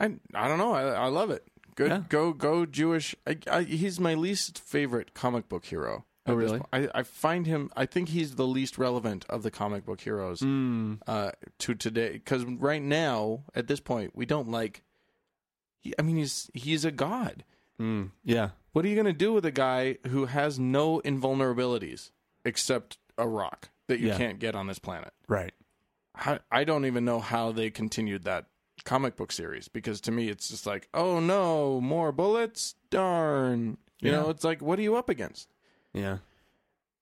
I I don't know. I I love it Good, Yeah. go, go, Jewish. I, I, he's my least favorite comic book hero. Oh, at this really? point. I, I find him. I think he's the least relevant of the comic book heroes Mm. uh, to today. Because right now, at this point, we don't like. he- I mean, he's he's a god. Mm. Yeah. What are you going to do with a guy who has no invulnerabilities except a rock that you Yeah. can't get on this planet? Right. I, I don't even know how they continued that comic book series because to me it's just like, oh no, more bullets, darn. You Yeah. know, it's like, what are you up against? Yeah.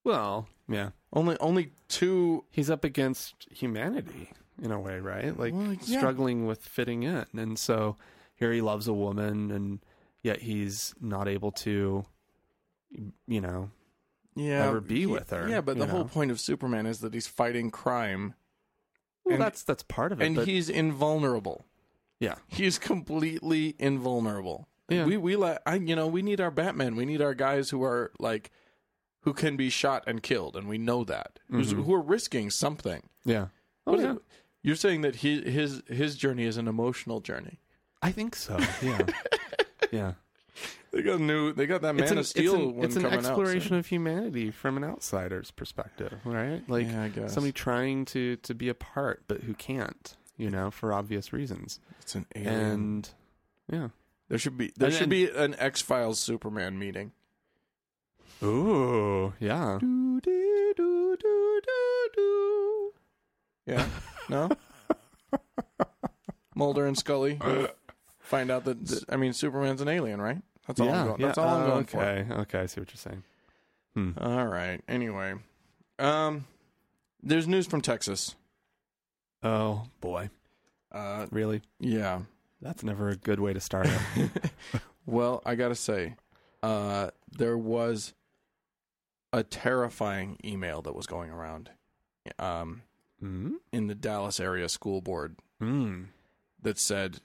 Well, yeah. Only only two. He's up against humanity in a way, right? Like Well, yeah. struggling with fitting in. And so here he loves a woman and yet he's not able to you know, Yeah, Ever be He- with her, Yeah, but the you whole know? point of Superman is that he's fighting crime well And- that's that's part of it. and but he's invulnerable. yeah. He's completely invulnerable. Yeah. We we let I you know we need our Batman. We need our guys who are like who can be shot and killed, and we know that Who's, who are risking something. Yeah. Mm-hmm. Oh, What is yeah. it- You're saying that he, his his journey is an emotional journey. I think <laughs> so. Yeah. yeah. They got new. They got that Man it's an, of Steel it's an, one it's an coming exploration of humanity from an outsider's perspective, right? Like Yeah, I guess. somebody trying to to be a part but who can't, you know, for obvious reasons. out. So. It's an alien. And yeah. there should be there and- should and- be an X Files Superman meeting. Ooh, yeah. Yeah. <laughs> No. Mulder and Scully find out that I mean Superman's an alien, right? That's all. I'm going, That's all I'm Oh, going for. okay. Okay, I see what you're saying. Hmm. All right. Anyway, um, there's news from Texas. Oh boy, Uh, really? yeah. <laughs> That's never a good way to start. <laughs> it. Well, I gotta say, uh, there was a terrifying email that was going around um, mm. in the Dallas area school board Mm. that said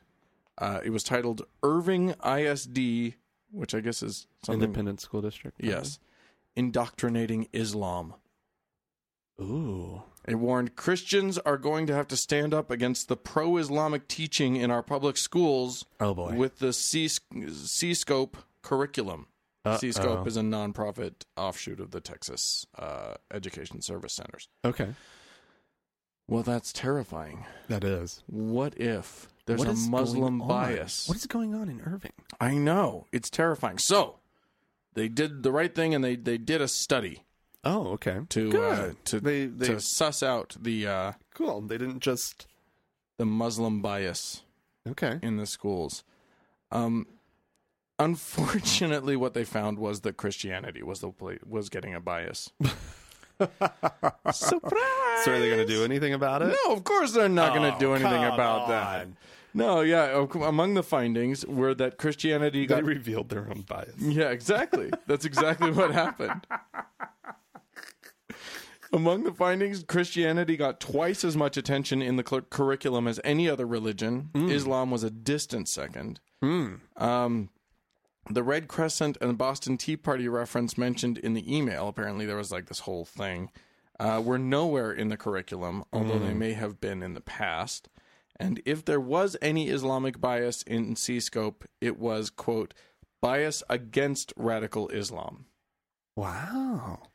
uh, it was titled Irving ISD, which I guess is something. Independent school district. probably? Yes, indoctrinating Islam. Ooh. It warned Christians are going to have to stand up against the pro-Islamic teaching in our public schools Oh boy. with the C C scope curriculum. Uh-oh. C scope is a nonprofit offshoot of the Texas uh, Education Service Centers. okay. Well, that's terrifying. That is. What if there's What a is Muslim going on? bias? What is going on in Irving? I know it's terrifying. So they did the right thing, and they they did a study Oh, okay. to uh, Good. to They- they- to suss out the uh, Cool. They didn't just. the Muslim bias. Okay. in the schools. Um, unfortunately, what they found was that Christianity was the pla- was getting <laughs> a bias. Surprise! So are they going to do anything about it? No, of course they're not going to Oh, do anything come about that. on. No, yeah. of- Among the findings were that Christianity They got. revealed their own bias. <laughs> yeah, exactly. That's exactly what happened. Among the findings, Christianity got twice as much attention in the cur- curriculum as any other religion. Hmm. Islam was a distant second. Um, the Red Crescent and Boston Tea Party reference mentioned in the email, apparently there was like this whole thing, uh, were nowhere in the curriculum, although they may have been in the past. And if there was any Islamic bias in C scope, it was, quote, bias against radical Islam. Wow.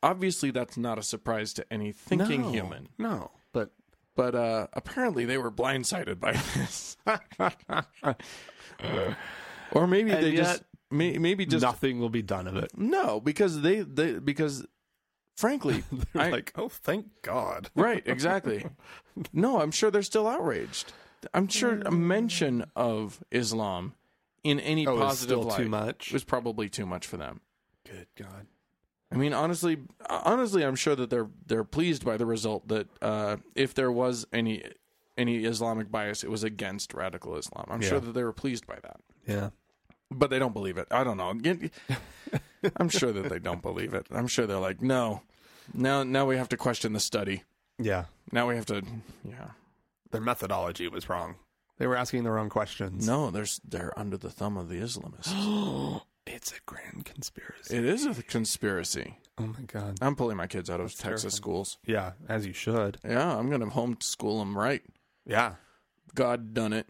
Obviously, that's not a surprise to any thinking No. human, No, but <laughs> but uh, apparently they were blindsided by <laughs> this. or maybe And they yet- just. May, maybe just nothing will be done of <laughs> it. No, because they, they because <laughs> frankly, They're I- like, oh, thank God. right, exactly. No, I'm sure they're still outraged. I'm sure a mention of Islam in any Oh, it's positive still light too much? was probably too much for them. Good God. I mean, honestly, honestly, I'm sure that they're they're pleased by the result that uh, if there was any any Islamic bias, it was against radical Islam. I'm sure Yeah. that they were pleased by that. Yeah. but they don't believe it. I don't know. Get- <laughs> I'm sure that they don't believe it. I'm sure they're like, no, now now we have to question the study. Yeah. Now we have to, yeah. Their methodology was wrong. They were asking the wrong questions. No, there's they're under the thumb of the Islamists. it's a grand conspiracy. it is a conspiracy. oh my God. I'm pulling my kids out of Texas schools. Yeah, as you should. Yeah, I'm gonna homeschool them right. Yeah. God done it.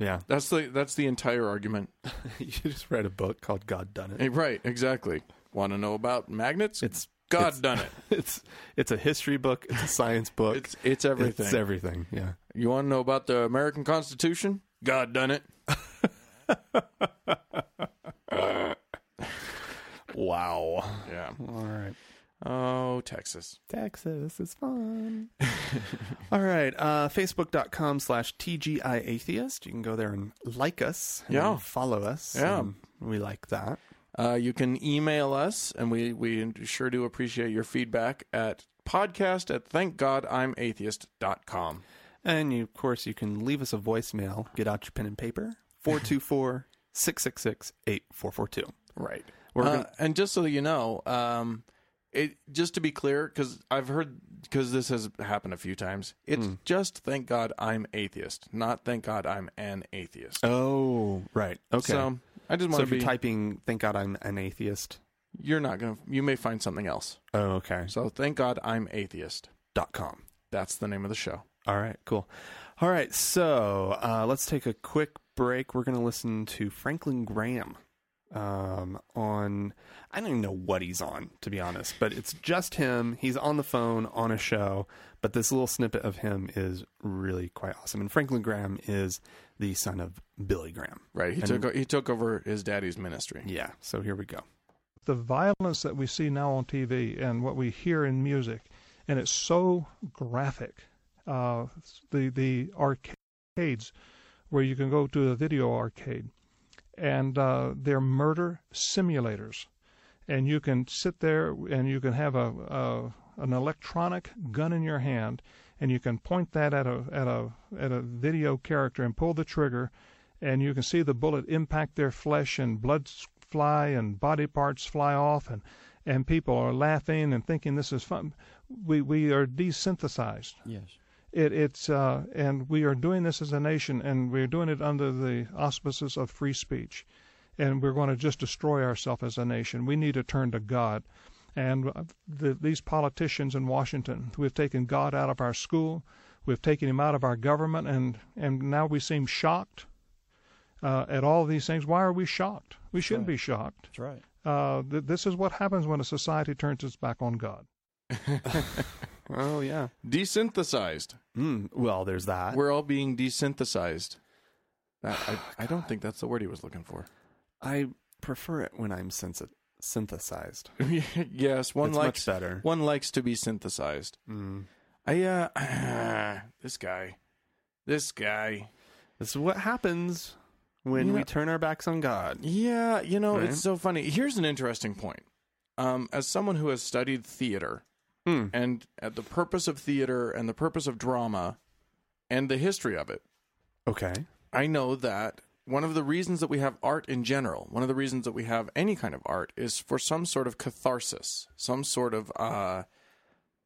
Yeah. That's the that's the entire argument. <laughs> you just read a book called God Done It. Eh, Right, exactly. Want to know about magnets? It's God it's- done it. It's it's a history book. It's a science book. It's it's everything. It's everything. Yeah. you want to know about the American Constitution? God done it. Wow. Yeah. All right. Oh, Texas. Texas is fun. <laughs> All right. Uh, Facebook.com slash TGI Atheist. You can go there and like us. and Yeah. Follow us. Yeah. and We like that. Uh, you can email us, and we, we sure do appreciate your feedback at podcast at thankgodimatheist.com. And you, of course, you can leave us a voicemail. Get out your pen and <laughs> paper. 424 666 8442. Right. We're Uh, gonna- and just so you know, um, it just to be clear, because I've heard, because this has happened a few times, Hmm. it's just thank God I'm atheist, not thank God I'm an atheist. Oh, right. Okay. So, So I just want if to you're be, typing, thank God I'm an atheist. you're not going to, you may find something else. Oh, okay. So thank God I'm atheist. Dot com. That's the name of the show. All right, cool. All right, so uh, let's take a quick break. We're going to listen to Franklin Graham um, on. I don't even know what he's on, to be honest, but it's just him. He's on the phone on a show, but this little snippet of him is really quite awesome. And Franklin Graham is the son of Billy Graham. Right. He, And- took, he took over his daddy's ministry. Yeah, so here we go. the violence that we see now on TV and what we hear in music, and it's so graphic. Uh, the the arcades where you can go to a video arcade, and uh, they're murder simulators, and you can sit there and you can have a, a an electronic gun in your hand, and you can point that at a at a at a video character and pull the trigger, and you can see the bullet impact their flesh and blood s- fly and body parts fly off and and people are laughing and thinking this is fun we we are desynthesized Yes. it it's uh and we are doing this as a nation and we're doing it under the auspices of free speech and we're going to just destroy ourselves as a nation we need to turn to god and uh, the, these politicians in washington we've taken god out of our school we've taken him out of our government and and now we seem shocked uh, at all these things why are we shocked we shouldn't be shocked That's right. uh, th- this is what happens when a society turns its back on god Oh, yeah. <laughs> Desynthesized. Mm, well, there's that. We're all being desynthesized. That, I, <sighs> I don't think that's the word he was looking for. <laughs> I prefer it when I'm sensi- synthesized. yes, one It's much likes better. one likes to be synthesized. Mm. I uh, <clears throat> this guy, this guy. This is what happens when You we know- turn our backs on God. Yeah, you know Right. it's so funny. Here's an interesting point. Um, as someone who has studied theater Hmm. and at the purpose of theater and the purpose of drama and the history of it, Okay. I know that one of the reasons that we have art in general, one of the reasons that we have any kind of art, is for some sort of catharsis, some sort of. Uh,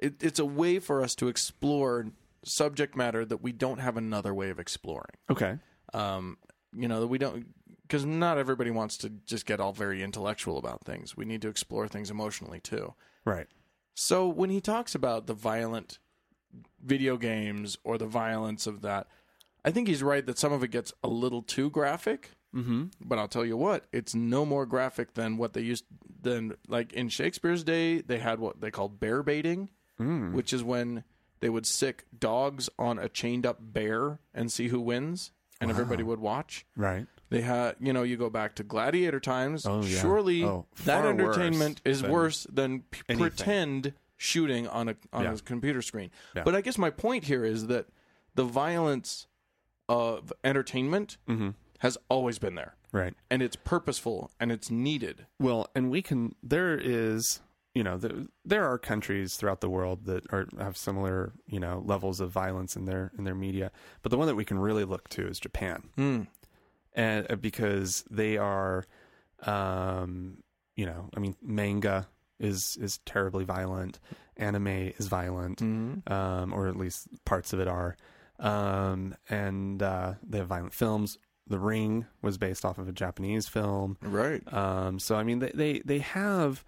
it, it's a way for us to explore subject matter that we don't have another way of exploring. Okay. Um, you know, that we don't. Because not everybody wants to just get all very intellectual about things. We need to explore things emotionally too. Right. So when he talks about the violent video games or the violence of that, I think he's right that some of it gets a little too graphic. Mm-hmm. But I'll tell you what, it's no more graphic than what they used than like in Shakespeare's day, they had what they called bear baiting, which is when they would sick dogs on a chained up bear and see who wins, and everybody would watch. Right. They had, you know, you go back to gladiator times. Oh, yeah. Surely Oh, that far worse entertainment is than worse than p- anything. pretend shooting on a on Yeah. a computer screen. Yeah. But I guess my point here is that the violence of entertainment Mm-hmm. has always been there, Right. and it's purposeful and it's needed. Well, and we can. There is, you know, there, there are countries throughout the world that are have similar, you know, levels of violence in their in their media. But the one that we can really look to is Japan, and uh, because they are, um, you know, I mean, manga is is terribly violent, anime is violent, um, or at least parts of it are, um, and uh, they have violent films. The Ring was based off of a Japanese film. Right. Um, so I mean, they they, they have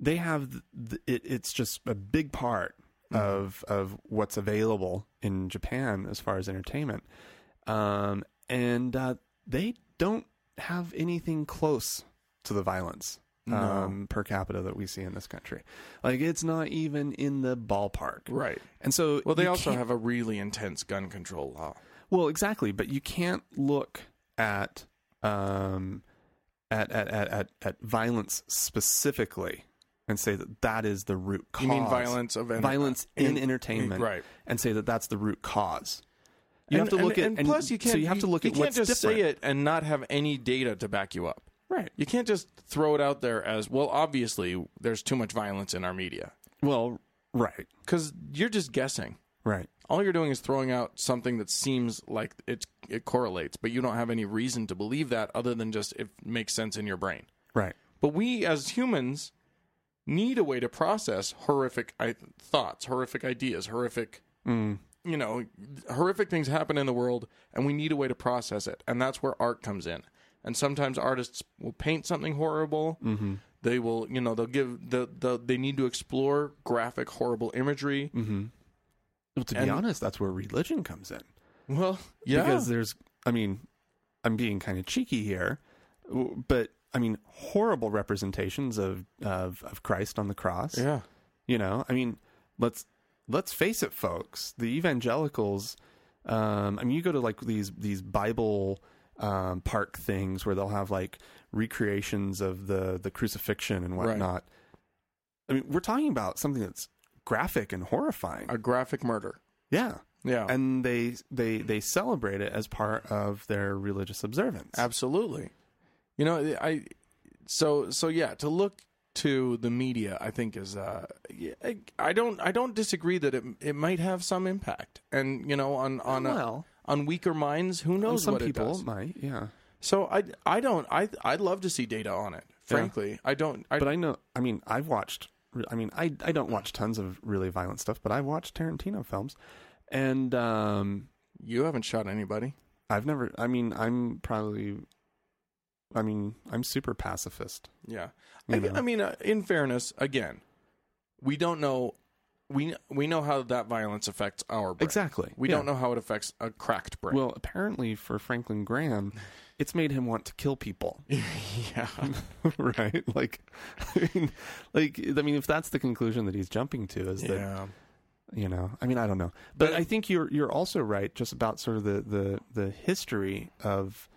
they have th- th- it, it's just a big part Mm-hmm. of of what's available in Japan as far as entertainment. Um, and uh, they don't have anything close to the violence um, per capita that we see in this country. Like it's not even in the ballpark. Right. And so, Well, they you also can't- have a really intense gun control law. well, exactly, but you can't look at um at at at at, at violence specifically and say that that is the root cause. You mean violence of enter- violence in, in- entertainment, right. and say that that's the root cause. You And- have to look and, at and plus you can't so you have to look you at can't what's just different. say it and not have any data to back you up. Right. You can't just throw it out there as well. Obviously, there's too much violence in our media Well, right, because you're just guessing. right. All you're doing is throwing out something that seems like it it correlates, but you don't have any reason to believe that other than just it makes sense in your brain. Right. But we as humans need a way to process horrific I- thoughts, horrific ideas, horrific, you know, horrific things happen in the world, and we need a way to process it. And that's where art comes in. And sometimes artists will paint something horrible. Mm-hmm. They will, you know, they'll give the, the they need to explore graphic, horrible imagery. Well, to And- be honest, that's where religion comes in. Well, yeah, because there's i mean i'm being kind of cheeky here w- but i mean horrible representations of of, of christ on the cross yeah, you know i mean let's let's face it folks the evangelicals um i mean you go to like these these bible um park things where they'll have like recreations of the the crucifixion and Right. whatnot i mean we're talking about something that's graphic and horrifying a graphic murder. yeah Yeah, and they they they celebrate it as part of their religious observance. Absolutely. You know, I so so yeah, to look to the media, I think is uh yeah, I, I don't I don't disagree that it it might have some impact. And you know, on on uh, Well. on weaker minds, who And knows some what it people does. might, yeah. So I I don't I I'd love to see data on it. Frankly, I don't I, But I know, I mean, I've watched. I mean, I I don't watch tons of really violent stuff, but I watch Tarantino films, and um, you haven't shot anybody. I've never. I mean, I'm probably. I mean, I'm super pacifist. Yeah. You I, know. I mean, uh, in fairness, again, we don't know we we know how that violence affects our brain. Exactly. We Yeah. don't know how it affects a cracked brain. Well, apparently for Franklin <laughs> Graham, it's made him want to kill people. yeah. right? <laughs> Like, I mean, like I mean, if that's the conclusion that he's jumping to, is that Yeah. you know, I mean, I don't know, but, But- I think you're you're also right just about sort of the the the history of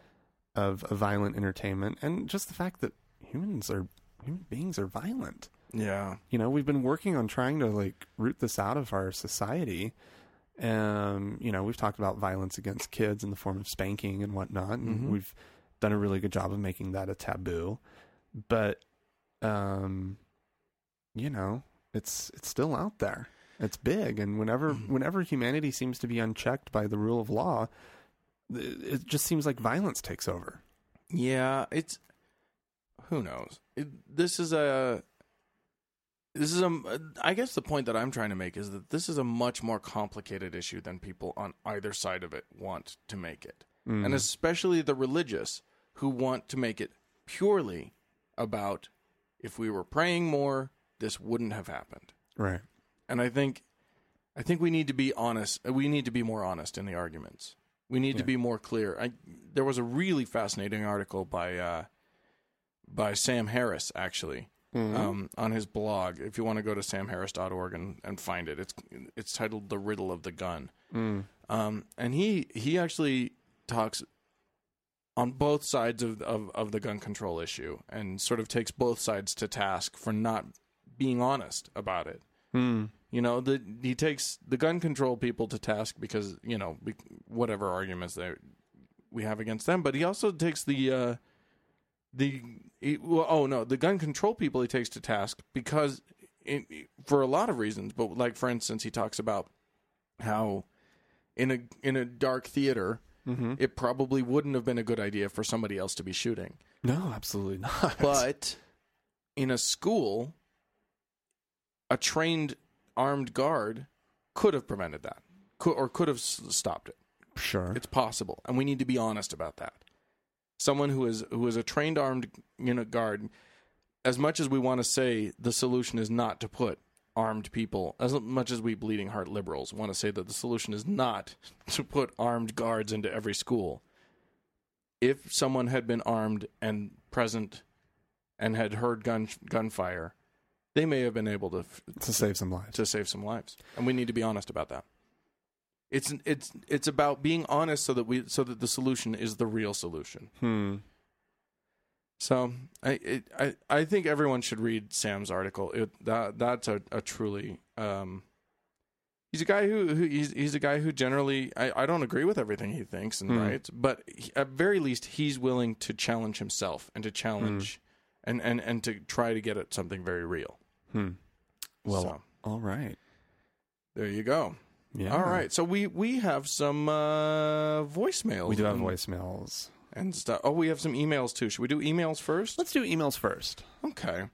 of, of violent entertainment and just the fact that humans are human beings are violent. Yeah. You know, we've been working on trying to like root this out of our society. Um, you know, we've talked about violence against kids in the form of spanking and whatnot, and Mm-hmm. we've done a really good job of making that a taboo. But um you know, it's it's still out there. It's big and whenever Mm-hmm. whenever humanity seems to be unchecked by the rule of law, th- it just seems like violence takes over. Yeah, it's who knows. It, this is a this is a I guess the point that I'm trying to make is that this is a much more complicated issue than people on either side of it want to make it. Mm-hmm. Mm, And especially the religious who want to make it purely about if we were praying more, this wouldn't have happened. Right. and I think I think we need to be honest. uh, We need to be more honest in the arguments. We need to Yeah. be more clear. I, there was a really fascinating article by uh, by Sam Harris actually Mm-hmm. um, on his blog. If you want to go to samharris.org and, and find it, it's it's titled "The Riddle of the Gun," mm, um, and he he actually talks on both sides of, of of the gun control issue and sort of takes both sides to task for not being honest about it. hmm. You know, the he takes the gun control people to task because you know we, whatever arguments they we have against them, but he also takes the uh, the he, well, oh no, the gun control people he takes to task because in, for a lot of reasons, but like for instance, he talks about how in a in a dark theater. Mm-hmm. It probably wouldn't have been a good idea for somebody else to be shooting, No, absolutely <laughs> not. but in a school, a trained armed guard could have prevented that, could, or could have s- stopped it. sure. It's possible, and we need to be honest about that. Someone who is who is a trained armed you know guard, as much as we want to say the solution is not to put armed people, as much as we bleeding <laughs> heart liberals want to say that the solution is not to put armed guards into every school, if someone had been armed and present and had heard gun gunfire, they may have been able to f- to save some lives. to save some lives, and we need to be honest about that. It's it's it's about being honest so that we so that the solution is the real solution. Hmm. So I it, I I think everyone should read Sam's article. It, that that's a, a truly um, he's a guy who, who he's he's a guy who generally I, I don't agree with everything he thinks and Hmm. writes, but he- at very least he's willing to challenge himself and to challenge and, and and to try to get at something very real. Hmm. Well, so, all right. there you go. Yeah. All right, so we we have some uh, voicemails. We do have and- voicemails. and stuff. Oh, we have some emails too. Should we do emails first? Let's do emails first. Okay.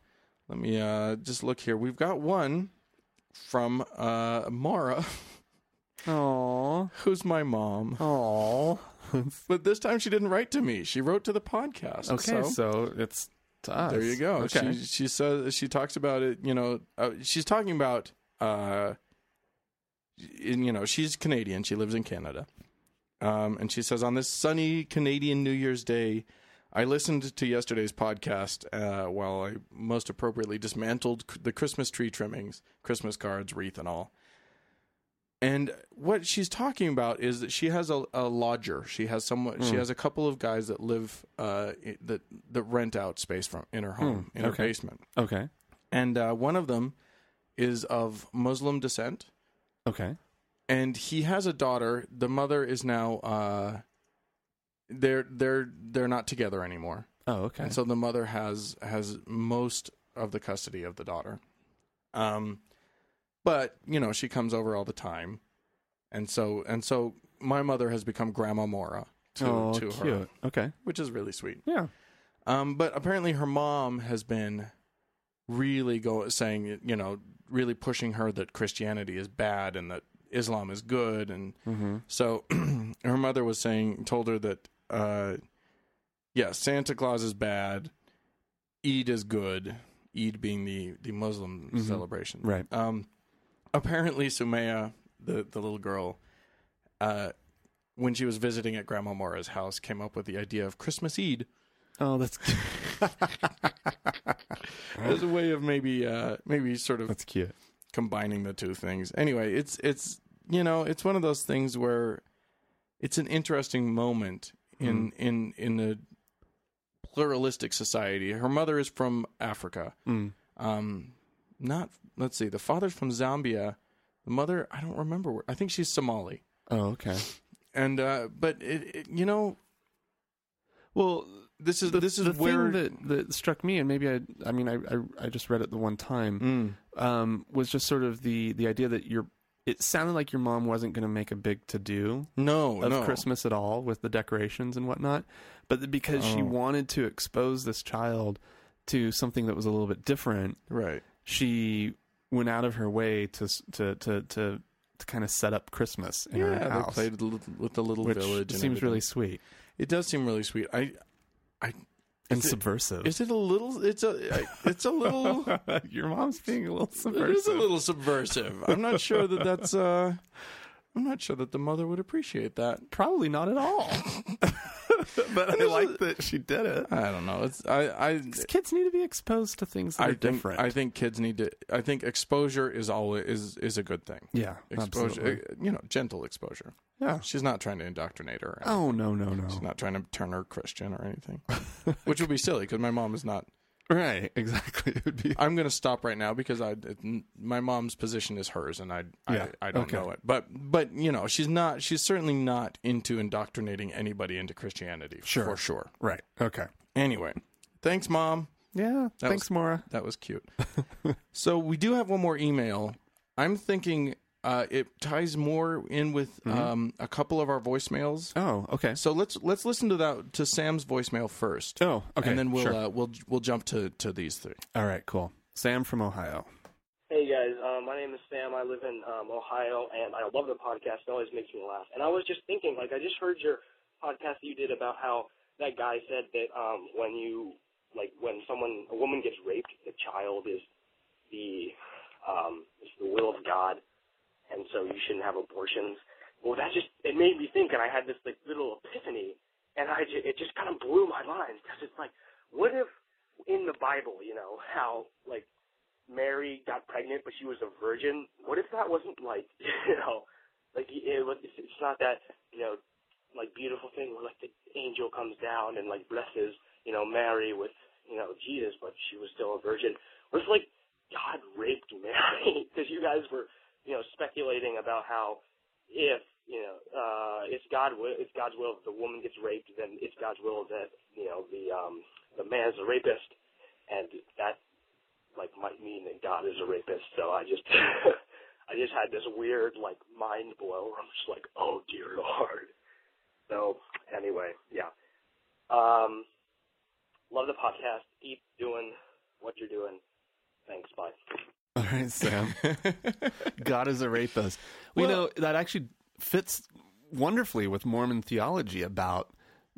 Let me uh, just look here. We've got one from uh, Mara, <laughs> Aww. who's my mom. <laughs> Aww. But this time she didn't write to me. She wrote to the podcast. Okay, so, So it's to us. there you go. Okay. She, she says she talks about it. You know, uh, she's talking about. Uh, in, you know, she's Canadian. She lives in Canada, um, and she says on this sunny Canadian New Year's Day, I listened to yesterday's podcast uh, while I most appropriately dismantled c- the Christmas tree trimmings, Christmas cards, wreath, and all. And what she's talking about is that she has a, a lodger. She has someone. She has a couple of guys that live uh, i- that that rent out space from in her home in okay. her basement. okay. And uh, one of them is of Muslim descent, Okay. and he has a daughter. The mother is now uh, they're they're they're not together anymore. Oh, okay. And so the mother has has most of the custody of the daughter. Um but, you know, she comes over all the time. And so and so my mother has become Grandma Mora to oh, to cute. her, Okay. which is really sweet. Yeah. Um but apparently her mom has been really go saying, you know, really pushing her that Christianity is bad and that Islam is good and Mm-hmm. so <clears throat> her mother was saying, told her that, uh, yeah, Santa Claus is bad, Eid is good, Eid being the the Muslim Mhm. celebration. Right. Um, apparently, Sumaya, the the little girl, uh, when she was visiting at Grandma Mora's house, came up with the idea of Christmas Eid Oh, that's as a way of maybe uh, maybe sort <laughs> of that's cute. combining the two things. Anyway, it's it's you know it's one of those things where it's an interesting moment in in in a pluralistic society. Her mother is from Africa. Mm. Um, not let's see, the father's from Zambia. The mother, I don't remember. Where, I think she's Somali. Oh, okay. And uh, but it, it, you know Well, this is the, this is the where thing that, that struck me, and maybe I, I mean, I, I, I just read it the one time. Mm. um, was just sort of the the idea that your it sounded like your mom wasn't going to make a big to do no of no Christmas at all with the decorations and whatnot, but that because she Oh. wanted to expose this child to something that was a little bit different, right she went out of her way to s- to to to, to kind of set up Christmas in yeah her they house, played with the little which village and seems really everything. sweet it does seem really sweet I and Is it- subversive. Is it a little? It's a. It's <laughs> a little. your mom's being a <laughs> little it is a subversive. little subversive. I'm not sure that that's. uh I'm not sure that the mother would appreciate that. Probably not at <laughs> all. <laughs> but I like that she did it. I don't know. It's I. I. Uh, kids need to be exposed to things that I are think. different. I think kids need to. I think exposure is always is is a good thing. yeah, Exposure, eh, absolutely. you know, gentle exposure. Yeah. She's not trying to indoctrinate her. or Oh no, no, She's no. not trying to turn her Christian or <laughs> anything, which would be silly because my mom is not. Right, <laughs> exactly. It would be. I'm going to stop right now because I it, my mom's position is hers, and I Yeah, I, I don't okay. know it. But but you know she's not she's certainly not into indoctrinating anybody into Christianity Sure. for sure. Right. Okay. Anyway, thanks, mom. Yeah. That thanks, Mora. That <laughs> was cute. so we do have one more email. I'm thinking uh, it ties more in with Mm-hmm. um, a couple of our voicemails. Oh, okay. So let's let's listen to that to Sam's voicemail first, Oh, okay. and then we'll sure. uh, we'll we'll jump to to these three. All right. Cool. Sam from Ohio. Hey guys, um, my name is Sam. I live in um, Ohio, and I love the podcast. It always makes me laugh. And I was just thinking, like, I just heard your podcast that you did about how that guy said that um, when you, like, when someone, a woman gets raped, the child is the, um, is the will of God, and so you shouldn't have abortions. Well, that just it made me think, and I had this like little epiphany, and I ju- it just kind of blew my mind because it's like, what if in the Bible, you know, how like Mary got pregnant but she was a virgin? What if that wasn't like, <laughs> you know, like it was, it's it's not that you know, like beautiful thing where like the angel comes down and like blesses you know Mary with you know Jesus, but she was still a virgin. What if like God raped Mary <laughs> because you guys were you know speculating about how if you know uh it's God will it's God's will if the woman gets raped then it's God's will that you know the um the man's a rapist and that like might mean that God is a rapist so I just <laughs> I just had this weird like mind blow where I'm just like oh dear lord so anyway yeah um love the podcast keep doing what you're doing thanks bye All right, Sam. <laughs> God is a rapist. We Well- know that actually fits wonderfully with Mormon theology about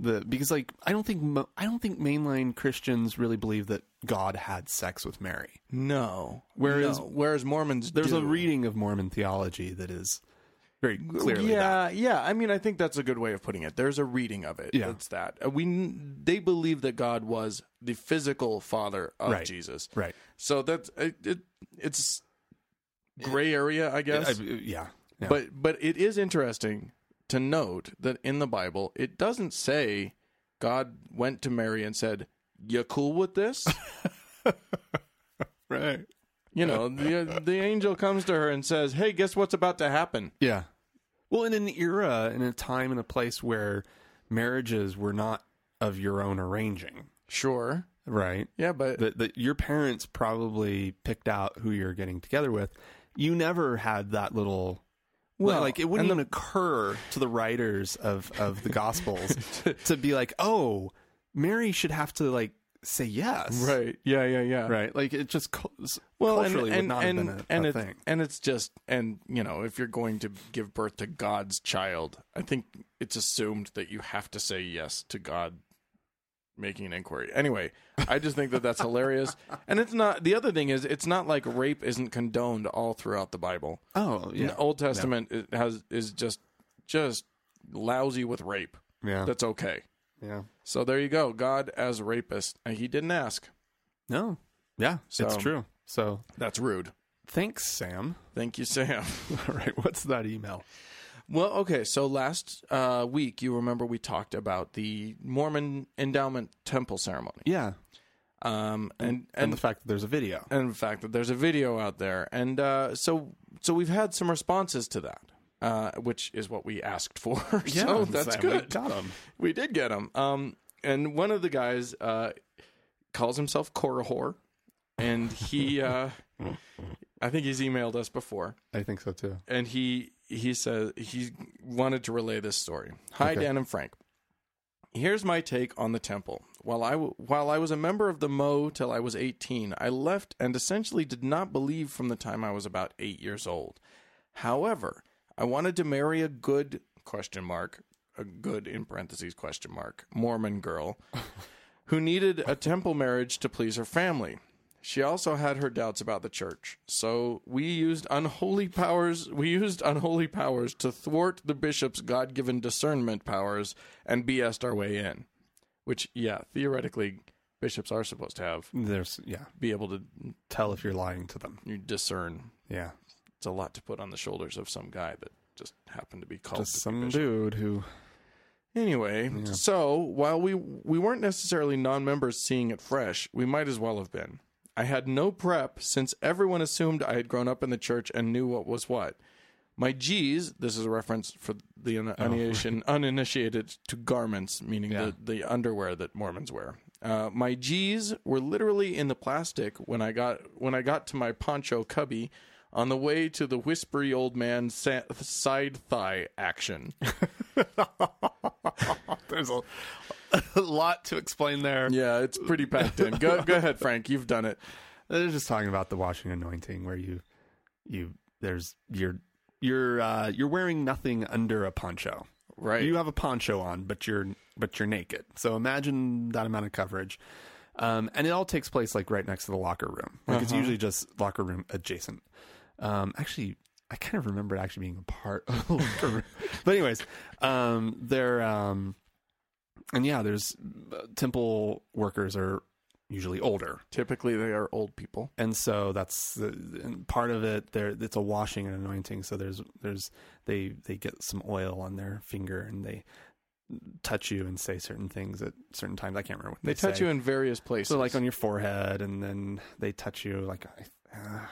the because like I don't think mo- I don't think mainline Christians really believe that God had sex with Mary. No. Whereas No. whereas Mormons There's a do. reading of Mormon theology that is very clearly that. yeah yeah i mean i think that's a good way of putting it there's a reading of it Yeah. that's that Uh, we kn- they believe that god was the physical father of Right. jesus right. so that's it, it it's gray area i guess I- uh, yeah. Yeah. but but it is interesting to note that in the bible it doesn't say god went to mary and said you cool with <laughs> this right. you know the the angel comes to her and says hey guess what's about to happen Yeah. Well, in an era, in a time, in a place where marriages were not of your own arranging, sure right? yeah but that, that your parents probably picked out who you're getting together with. You never had that little. Well, Well, like it wouldn't even occur to the writers of of the <laughs> Gospels to be like, oh, Mary should have to like say yes, right yeah yeah yeah Right, like it just cul- well, and, culturally and, would not and, have been a, and a it's, thing. And it's just, and you know, if you're going to give birth to God's child, I think it's assumed that you have to say yes to God making an inquiry. Anyway, I just think that <laughs> that's hilarious. And it's not. The other thing is, it's not like rape isn't condoned all throughout the Bible. Oh, In yeah, the Old Testament it has is just just lousy with rape. yeah, That's okay. yeah. So there you go. God as rapist, and he didn't ask. No, yeah, it's So- true. So That's rude. thanks, Sam. Thank you, Sam. All <laughs> right, what's that email? Well, okay. So last uh, week, you remember we talked about the Mormon endowment temple ceremony, Yeah, um, and and and the fact that there's a video. and the fact that there's a video out there, and uh, so so we've had some responses to that, uh, which is what we asked for. <laughs> so Oh, that's Sam, We good. got 'em. We did get him. Um, and one of the guys uh, calls himself Korahor, and he, <laughs> uh, I think he's emailed us before I think so too. and he he says he wanted to relay this story. Hi, Okay. Dan and Frank. Here's my take on the temple. While I w- while I was a member of the Mo till I was 18, I left and essentially did not believe from the time I was about eight years old. However, I wanted to marry a good question mark a good in parentheses question mark Mormon girl who needed a temple marriage to please her family. She also had her doubts about the church, so we used unholy powers. We used unholy powers to thwart the bishop's God-given discernment powers and BS'd our way in. Which, yeah, theoretically, bishops are supposed to have There's yeah. be able to Tell if you're lying to them. discern. Yeah, It's a lot to put on the shoulders of some guy that just happened to be called just to be some bishop. dude who. Anyway, so while we we weren't necessarily non-members seeing it fresh, we might as well have been. I had no prep since everyone assumed I had grown up in the church and knew what was what. My G's, this is a reference for the un- uninitiation- uninitiated to garments, meaning Yeah. the, the underwear that Mormons wear. Uh, my G's were literally in the plastic when I got when I got to my poncho cubby on the way to the whispery old man's sa- side thigh action. <laughs> There's a, <laughs> a lot to explain there. Yeah, it's pretty packed in. Go go ahead, Frank. You've done it. They're just talking about the washing anointing, where you, you there's you're you're uh, you're wearing nothing under a poncho. Right. You have a poncho on, but you're but you're naked. So imagine that amount of coverage. Um, and it all takes place like right next to the locker room. Like it's usually just locker room adjacent. Um, actually, I kind of remember it <laughs> actually being a part of the locker room. But anyways, um, they're um, and yeah, there's uh, temple workers are usually older, Typically, they are old people. and so that's the, and part of it. There, it's a washing and anointing. So there's there's they they get some oil on their finger and they touch you and say certain things at certain times. I can't remember what They, they, touch say. you in various places. so like on your forehead, and then they touch you like. I- Uh,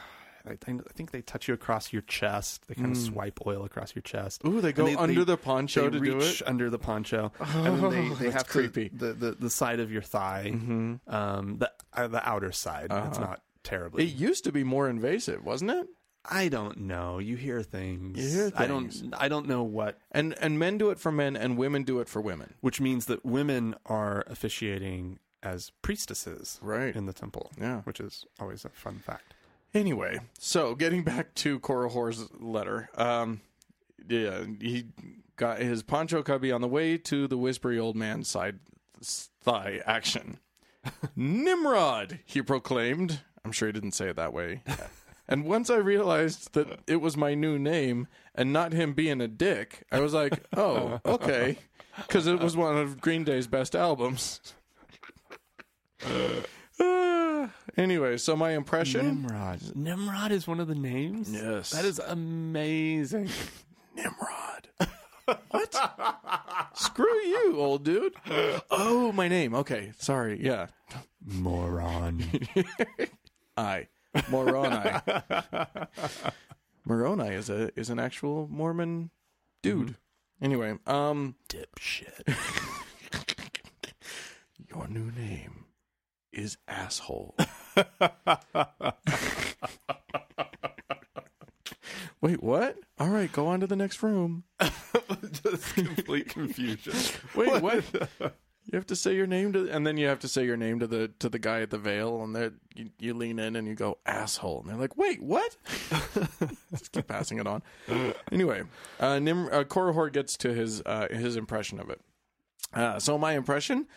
I think I think they touch you across your chest. They kind of Mm. swipe oil across your chest. Ooh, they go and they- under they- the poncho they to do reach it. under the <laughs> poncho, and then they, Oh, they that's have creepy. to the, the the side of your thigh, Mm-hmm. um, the uh, the outer side. It's Uh-huh. not terribly. It used to be more invasive, wasn't it? I don't know. You hear things. You hear I things. don't. I don't know what. And and men do it for men, and women do it for women. Which means that women are officiating as priestesses Right. in the temple. Yeah. which is always a fun fact. Anyway, so getting back to Korahor's letter, um, yeah, he got his poncho cubby on the way to the whispery old man's side thigh action. Nimrod, he proclaimed. I'm sure he didn't say it that way. And once I realized that it was my new name and not him being a dick, I was like, oh, okay. Because it was one of Green Day's best albums. Ah, anyway, so my impression. Nimrod. Nimrod is one of the names. Yes. that is <laughs> amazing. Nimrod. what? Screw you, old dude. Oh, my name. Okay, sorry. Yeah, <laughs> Moron. I Moroni. Moroni is a is an actual Mormon dude. Anyway, um, <laughs> Dipshit. your new name is asshole. Wait, what? All right, go on to the next room. Just complete <laughs> confusion. Wait, what? you have to say your name to, and then you have to say your name to the to the guy at the veil, and they you, you lean in and you go asshole, and they're like, wait, what? <laughs> Just keep passing it on. anyway, uh, Nim, uh, Korihor gets to his uh, his impression of it. Uh, so my impression.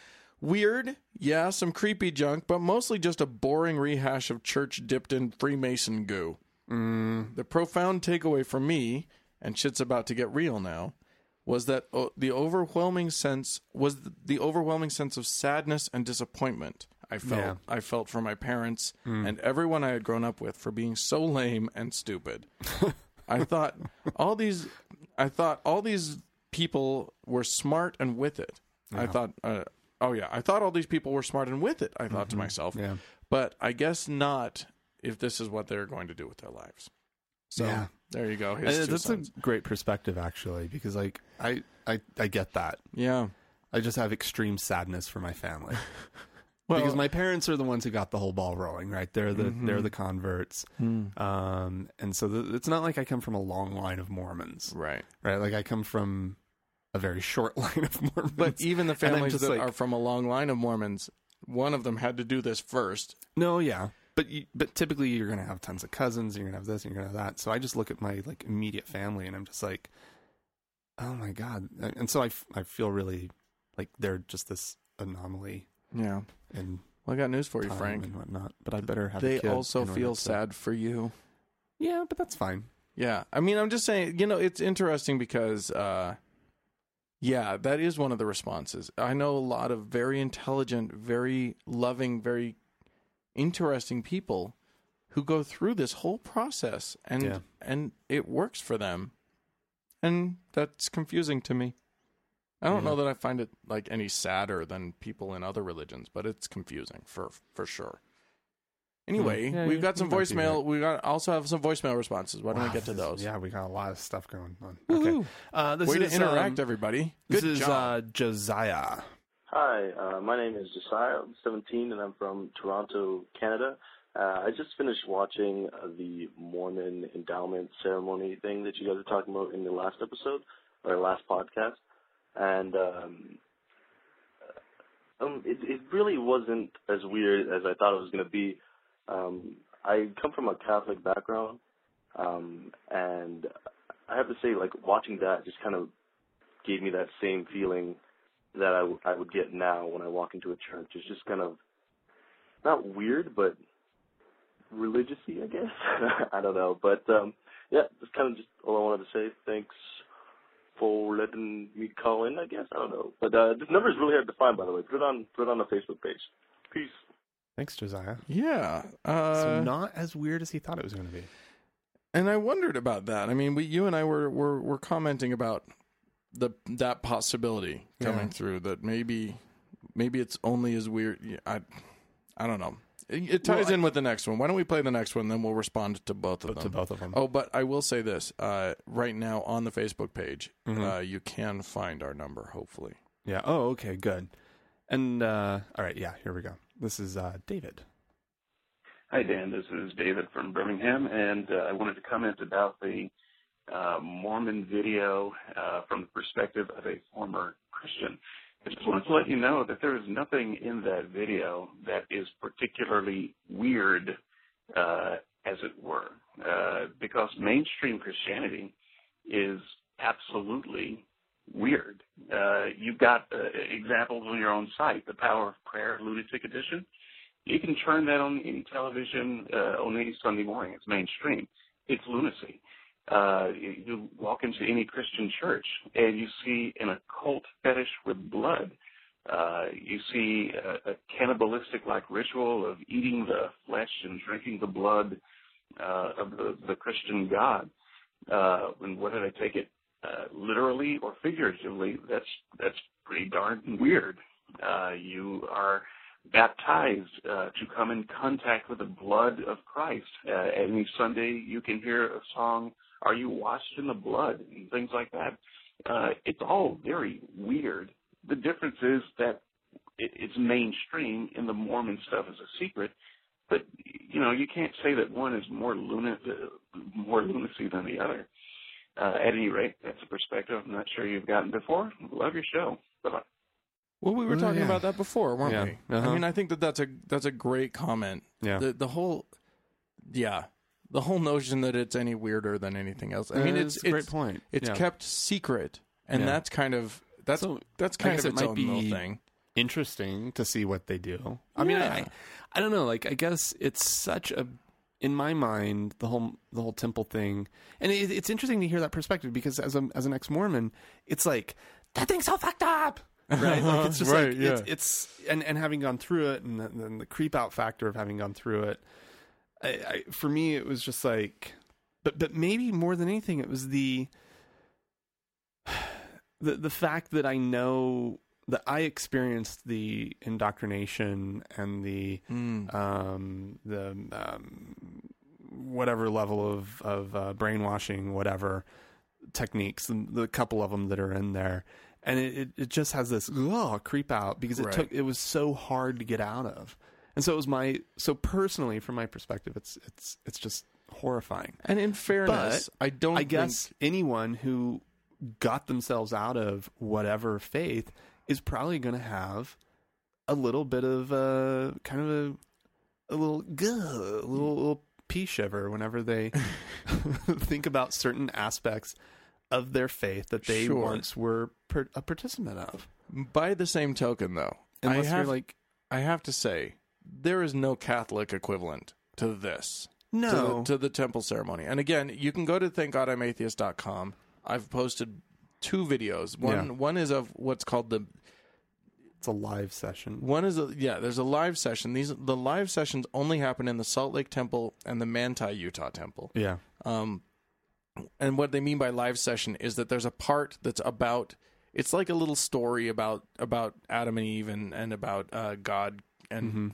Weird, yeah, some creepy junk, but mostly just a boring rehash of church dipped in Freemason goo. Mm. The profound takeaway for me, and shit's about to get real now, was that o- the overwhelming sense was the overwhelming sense of sadness and disappointment I felt Yeah. I felt for my parents and everyone I had grown up with for being so lame and stupid. I thought all these I thought all these people were smart and with it. I thought uh, oh yeah, I thought all these people were smart and with it. I thought to myself. Mm-hmm. Yeah. But I guess not if this is what they're going to do with their lives. So Yeah. there you go. His And two Uh, that's cents. a great perspective, actually, because like I, I, I get that. yeah. I just have extreme sadness for my family Well, Mm-hmm. because my parents are the ones who got the whole ball rolling, right? They're the they're the converts, Hmm. um, and so the, it's not like I come from a long line of Mormons, <laughs> right. right? Like I come from a very short <laughs> line of Mormons. But even the And I'm families just that like- are from a long line of Mormons, one of them had to do this first. No, yeah, but you, but typically you're gonna have tons of cousins, you're gonna have this, and you're gonna have that. So I just look at my like immediate family, and I'm just like, oh my god, and so I, f- I feel really like they're just this anomaly Yeah. in Well, I got news for you, time Frank. and whatnot. But I better have. a They kid also in order feel to- sad for you. Yeah, but that's fine. Yeah. I mean, I'm just saying, you know, it's interesting because, uh, yeah, that is one of the responses. I know a lot of very intelligent, very loving, very interesting people who go through this whole process and Yeah. and it works for them. And that's confusing to me. I don't know that I find it like any sadder than people in other religions, but it's confusing for for sure. Anyway, Hmm. Yeah, we've you- got some you might be voicemail. We got also have some voicemail responses. Why don't we Wow, get to this- those? Yeah, we got a lot of stuff going on. Woohoo. Okay. Uh, this Way is to interact, Um, everybody. this Good is job. uh, Josiah. Hi, uh, my name is Josiah. I'm 17 and I'm from Toronto, Canada. Uh, I just finished watching uh, the Mormon endowment ceremony thing that you guys were talking about in the last episode or last podcast, and um, um, it, it really wasn't as weird as I thought it was going to be. Um, I come from a Catholic background, um, and I have to say, like watching that just kind of gave me that same feeling that I, w- I would get now when I walk into a church. It's just kind of not weird, but religiously, <laughs> I guess. I don't know, but um, yeah, that's kind of just all I wanted to say. Thanks for letting me call in. I guess I don't know, but uh, this number is really hard to find. By the way, put it on put it on the Facebook page. Peace. Thanks, Josiah. Yeah. Uh, so not as weird as he thought it was going to be. and I wondered about that. I mean, we, you and I were, were, were commenting about the that possibility coming through that maybe maybe it's only as weird. yeah, I I don't know. It, it ties in with the next one. Why don't we play the next one, then we'll respond to both of them. to both of them. Oh, but I will say this: uh, right now on the Facebook page, Mm-hmm. uh, you can find our number. Hopefully, Yeah. Oh, okay. Good. And uh, all right. Yeah. Here we go. This is uh, David. Hi, Dan. This is David from Birmingham, and uh, I wanted to comment about the uh, Mormon video uh, from the perspective of a former Christian. I just wanted to let you know that there is nothing in that video that is particularly weird, uh, as it were, uh, because mainstream Christianity is absolutely weird. Uh, you've got uh, examples on your own site, the Power of Prayer Lunatic Edition you can turn that on any television uh, on any Sunday morning. It's mainstream. It's lunacy. Uh, you you walk into any Christian church and you see an occult fetish with blood. Uh, you see a, a cannibalistic like ritual of eating the flesh and drinking the blood uh, of the, the Christian God. Uh, and whether they take it uh, literally or figuratively, that's that's pretty darn weird. Uh, you are baptized uh, to come in contact with the blood of Christ. Uh, any Sunday, you can hear a song, Are You Washed in the Blood? and things like that. Uh, it's all very weird. The difference is that it, it's mainstream, and the Mormon stuff is a secret. But you know, you can't say that one is more luna- uh, more lunacy than the other. Uh, at any rate, that's a perspective I'm not sure you've gotten before. Love your show. Bye bye. Well, we were Well, talking Oh, Mm, yeah. about that before, weren't Yeah. we? Uh-huh. I mean, I think that that's a that's a great comment. Yeah. The the whole, yeah, the whole notion that it's any weirder than anything else. I mean, Uh, it's, it's a great point. It's Yeah. kept secret, and Yeah. that's kind of that's So, that's I kind guess of it its might own little be- thing. Interesting to see what they do. I mean, I, Yeah. I don't know. Like, I guess it's such a in my mind the whole the whole temple thing, and it, it's interesting to hear that perspective because as a as an ex Mormon, it's like that thing's so fucked up. Right, like <laughs> it's just Right, like yeah. it's, it's and and having gone through it, and then then the creep out factor of having gone through it, I, I, for me it was just like but but maybe more than anything it was the <sighs> the the fact that I know that I experienced the indoctrination and the Mm. Uh, um the um whatever level of of uh, brainwashing whatever techniques the, the couple of them that are in there and it, it, it just has this oh, creep out because it Right. took it was so hard to get out of and so it was my so personally from my perspective it's it's it's just horrifying And in fairness, I don't. I think- guess anyone who got themselves out of whatever faith is probably going to have a little bit of uh kind of a a little "Gah," a little, little pee shiver whenever they <laughs> think about certain aspects of their faith that they Sure. once were per, a participant of. by the same token, though, Unless I have you're like I have to say there is no Catholic equivalent to this. to the- no, to, the temple ceremony. And again, you can go to thankgodimatheist.com. I've posted two videos. One Yeah. one is of what's called the it's a live session. one is a, yeah. There's a live session. These the live sessions only happen in the Salt Lake Temple and the Manti Utah Temple. Yeah. Um, and what they mean by live session is that there's a part that's about it's like a little story about about Adam and Eve and and about uh, God and Mm-hmm.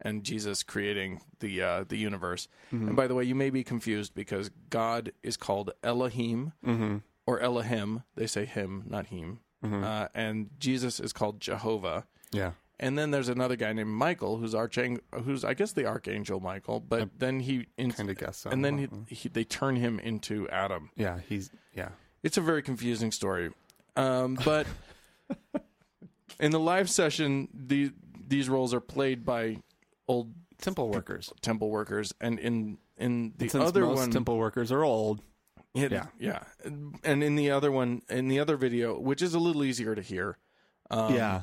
and Jesus creating the uh, the universe. Mm-hmm. And by the way, you may be confused because God is called Elohim Mm-hmm. or Elohim. They say him, not him. Uh, and Jesus is called Jehovah. Yeah. And then there's another guy named Michael, who's archang- who's I guess the archangel Michael, but then he in- kinda guess so. Mm-hmm. and then he, he, they turn him into Adam. Yeah, he's yeah. It's a very confusing story, um, <laughs> but in the live session, the these roles are played by old Temple workers. temple workers, and in in the Since other most one, temple workers are old. it- yeah. yeah, and in the other one, in the other video, which is a little easier to hear, um,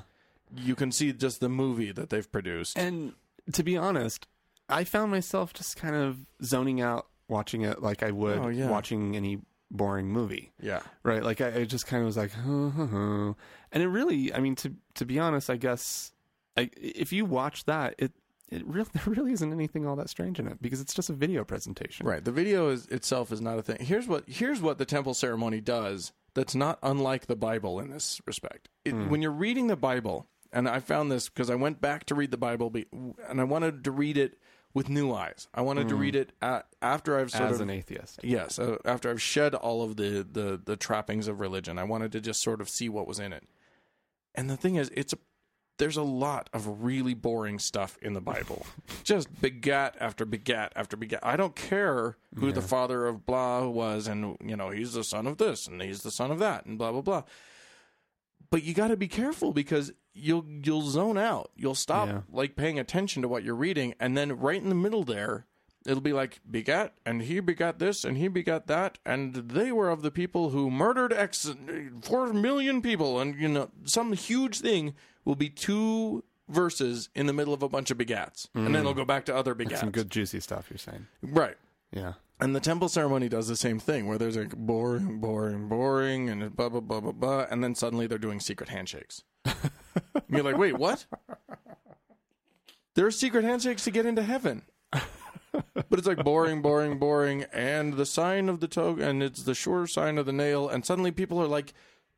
you can see just the movie that they've produced. And to be honest, I found myself just kind of zoning out watching it like I would Oh, yeah. watching any boring movie Yeah. right? Like I, I just kind of was like, huh, huh, huh. and it really, I mean, to to be honest, I guess I, if you watch that, it it really <laughs> there really isn't anything all that strange in it because it's just a video presentation, Right. The video is, itself is not a thing. Here's what here's what the temple ceremony does that's not unlike the Bible in this respect. It, Hmm. When you're reading the Bible, and I found this because I went back to read the Bible, be, and I wanted to read it with new eyes. I wanted to read it a after I've sort Hmm. As of an atheist, yes, uh, after I've shed all of the, the the trappings of religion. I wanted to just sort of see what was in it. And the thing is, it's a there's a lot of really boring stuff in the Bible. Just begat after begat after begat. I don't care who the father of blah was, and you know he's the son of this, and he's the son of that, and blah blah blah. But you got to be careful because you'll you'll zone out. You'll stop Yeah. like paying attention to what you're reading, and then right in the middle there, it'll be like begat, and he begat this, and he begat that, and they were of the people who murdered X four million people, and you know some huge thing will be two verses in the middle of a bunch of begats, and then it'll go back to other begats. Mm. some good juicy stuff. You're saying, right. yeah, And the temple ceremony does the same thing, where there's like boring, boring, boring, and blah blah blah blah blah, and then suddenly they're doing secret handshakes. And you're like, wait, what? There are secret handshakes to get into heaven, but it's like boring, boring, boring, and the sign of the toe, and it's the sure sign of the nail, and suddenly people are like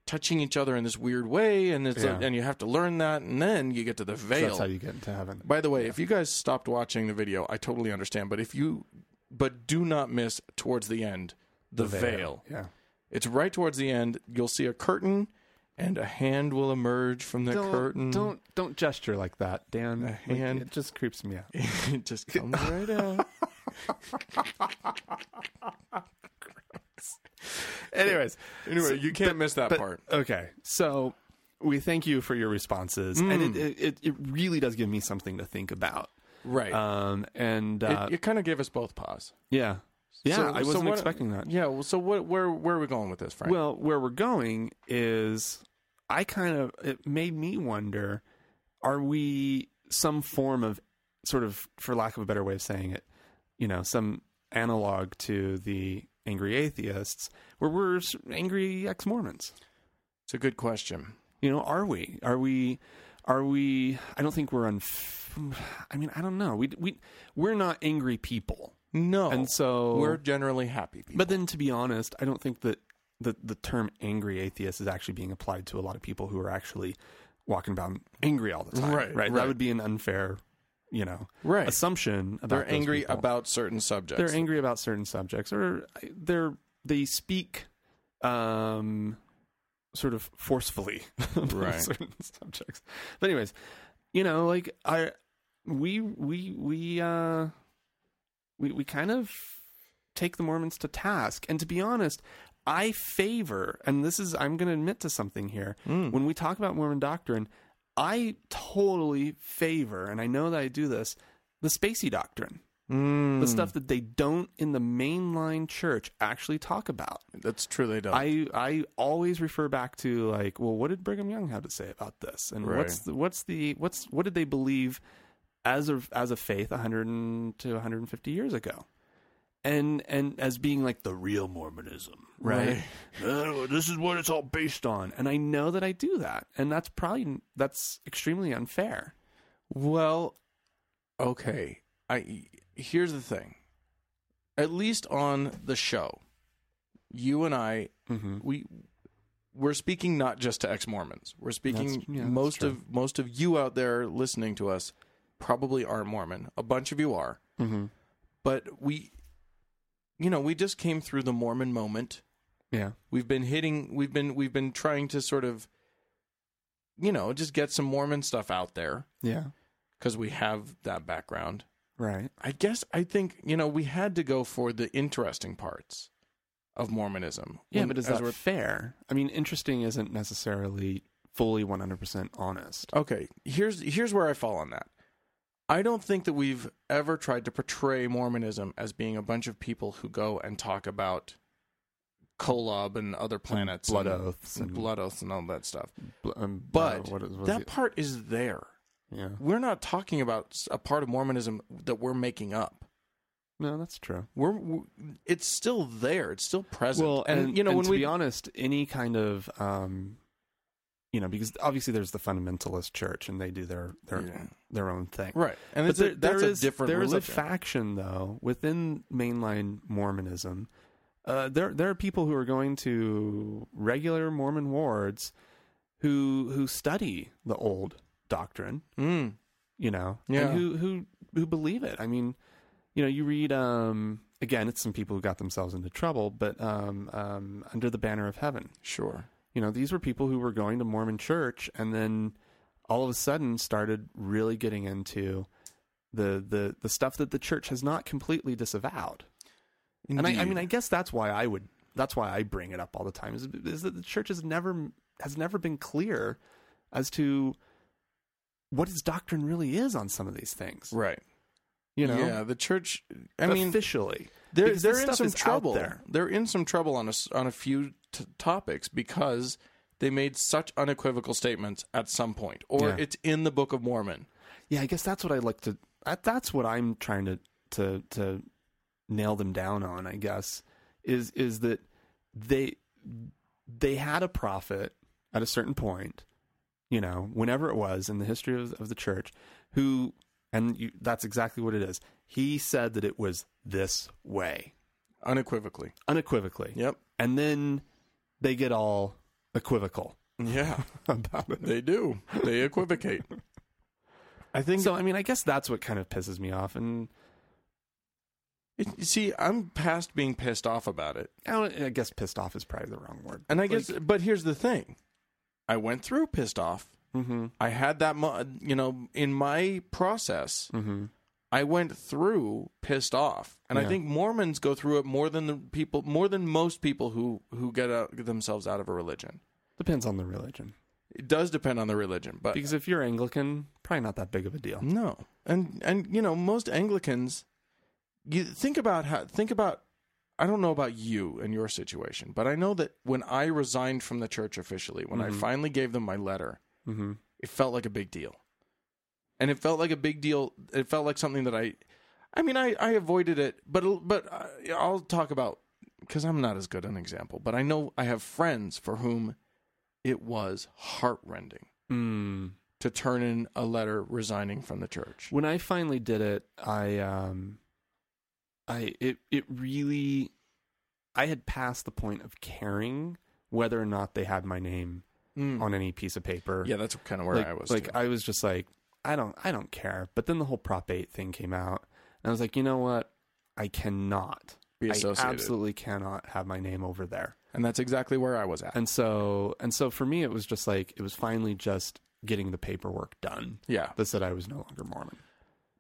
touching each other in this weird way, and it's uh, Yeah. and you have to learn that, and then you get to the So veil. that's how you get into heaven. By the way, if you guys stopped watching the video, I totally understand. But if you, but do not miss towards the end the, veil. yeah, It's right towards the end. You'll see a curtain, and a hand will emerge from the don't, curtain. Uh, don't don't gesture like that, Dan. Like, hand. it just creeps me out. <laughs> it just comes <laughs> right out. <laughs> Anyways, Anyway, you can't miss that But- part. Okay, so we thank you for your responses, Mm. and it, it it really does give me something to think about. Right. Um, and uh, it, it kind of gave us both pause. yeah, yeah, So- I so wasn't what- expecting that. Yeah. Well, so what? Where? Where are we going with this, Frank? Well, where we're going is I kind of it made me wonder are we some form of sort of for lack of a better way of saying it, you know, some analog to the angry atheists where we're s- angry ex-Mormons. it's a good question. You know, are we? Are we are we I don't think we're on I mean, I don't know. We we we're not angry people. No. And so we're generally happy people. but then, to be honest, I don't think that the the term "angry atheist" is actually being applied to a lot of people who are actually walking about angry all the time. Right, right. That would be an unfair, you know, Right. assumption about they're those angry people. about certain subjects. they're angry about certain subjects, or uh, they're they speak, um, sort of forcefully <laughs> about Right. certain <laughs> subjects. But anyways, you know, like I, we we we uh, we we kind of take the Mormons to task. And to be honest, I favor, and this is, I'm going to admit to something here. Hmm. When we talk about Mormon doctrine, I totally favor, and I know that I do this, the spacey doctrine. Mm. The stuff that they don't in the mainline church actually talk about. That's true. They don't. I I always refer back to like, well, what did Brigham Young have to say about this, and what's Right. the, what's the what's what did they believe as a as a faith 100 and- to 150 years ago, and and as being like the real Mormonism, right? Uh, this is what it's all based on, and I know that I do that, and that's probably that's extremely unfair. Well, okay. I here's the thing. At least on the show, you and I Mm-hmm. we we're speaking not just to ex-Mormons. We're speaking That's- yeah, that's most true. of most of you out there listening to us probably aren't Mormon. A bunch of you are, Mm-hmm. but we you know, we just came through the Mormon moment Yeah, we've been hitting we've been we've been trying to sort of you know just get some mormon stuff out there yeah, because we have that background right. i guess i think you know we had to go for the interesting parts of mormonism Yeah, When- but is as that we're- fair? I mean, interesting isn't necessarily fully 100% honest. okay here's here's where i fall on that i don't think that we've ever tried to portray mormonism as being a bunch of people who go and talk about Kolob and other planets, blood and- oaths and and- blood oaths, and all that stuff. Bl- um, But uh, what is- what is that it? part is there. yeah. we're not talking about s- a part of Mormonism that we're making up. No, that's true. We're, we it's still there. It's still present. Well, and, you know when to we be honest, any kind of um, you know, because obviously there's the fundamentalist church, and they do their their Yeah. their own thing, right, and But it's there, a, that's there a is- different There is religion. a faction though within mainline Mormonism. Uh, there there are people who are going to regular Mormon wards who who study the old doctrine, Mm. you know, Yeah. and who who who believe it. I mean, you know, you read um again, it's some people who got themselves into trouble, but um um under the banner of heaven. Sure. You know, these were people who were going to Mormon church and then all of a sudden started really getting into the the the stuff that the church has not completely disavowed. And I, I mean, I guess that's why I would that's why I bring it up all the time is, is that the church has never has never been clear as to what its doctrine really is on some of these things. right. You know, yeah, the church. I mean, officially, they're because they're this in stuff some is out trouble. there. They're in some trouble on a s- on a few t- topics because they made such unequivocal statements at some point, or Yeah. it's in the Book of Mormon. Yeah, I guess that's what I like to. that- That's what I'm trying to to to nail them down on. I guess is is that they they had a prophet at a certain point, you know, whenever it was in the history of of the church, who and you, that's exactly what it is. He said that it was this way Unequivocally. unequivocally, Yep. and then they get all equivocal Yeah, <laughs> about it. they do. They equivocate. <laughs> I think So I mean, I guess that's what kind of pisses me off, and It, you see, I'm past being pissed off about it. I, don't, I guess pissed off is probably the wrong word. And I guess, but here's the thing I went through pissed off. Mm-hmm. I had that, mo- you know, in my process, Mm-hmm. I went through pissed off. And I Yeah. think Mormons go through it more than the people, more than most people who, who get out, get themselves out of a religion. Depends on the religion. It does depend on the religion, but Because if you're Anglican, probably not that big of a deal. No, and and you know most Anglicans, you think about how think about. I don't know about you and your situation, but I know that when I resigned from the church officially, when I Mhm. finally gave them my letter, Mm-hmm. it felt like a big deal, and it felt like a big deal. It felt like something that I, I mean, I I avoided it, but but I, I'll talk about because I'm not as good an example, but I know I have friends for whom it was heartrending Mm. to turn in a letter resigning from the church. When I finally did it, I um, I it it really, I had passed the point of caring whether or not they had my name Mm. on any piece of paper. Yeah, that's kind of where like, I was. Like too. Hmm. I was just like, I don't, I don't care. But then the whole Prop Eight thing came out, and I was like, you know what? I cannot. be I associated, absolutely cannot have my name over there. and that's exactly where I was at. And so and so for me it was just like it was finally just getting the paperwork done yeah, that said I was no longer Mormon.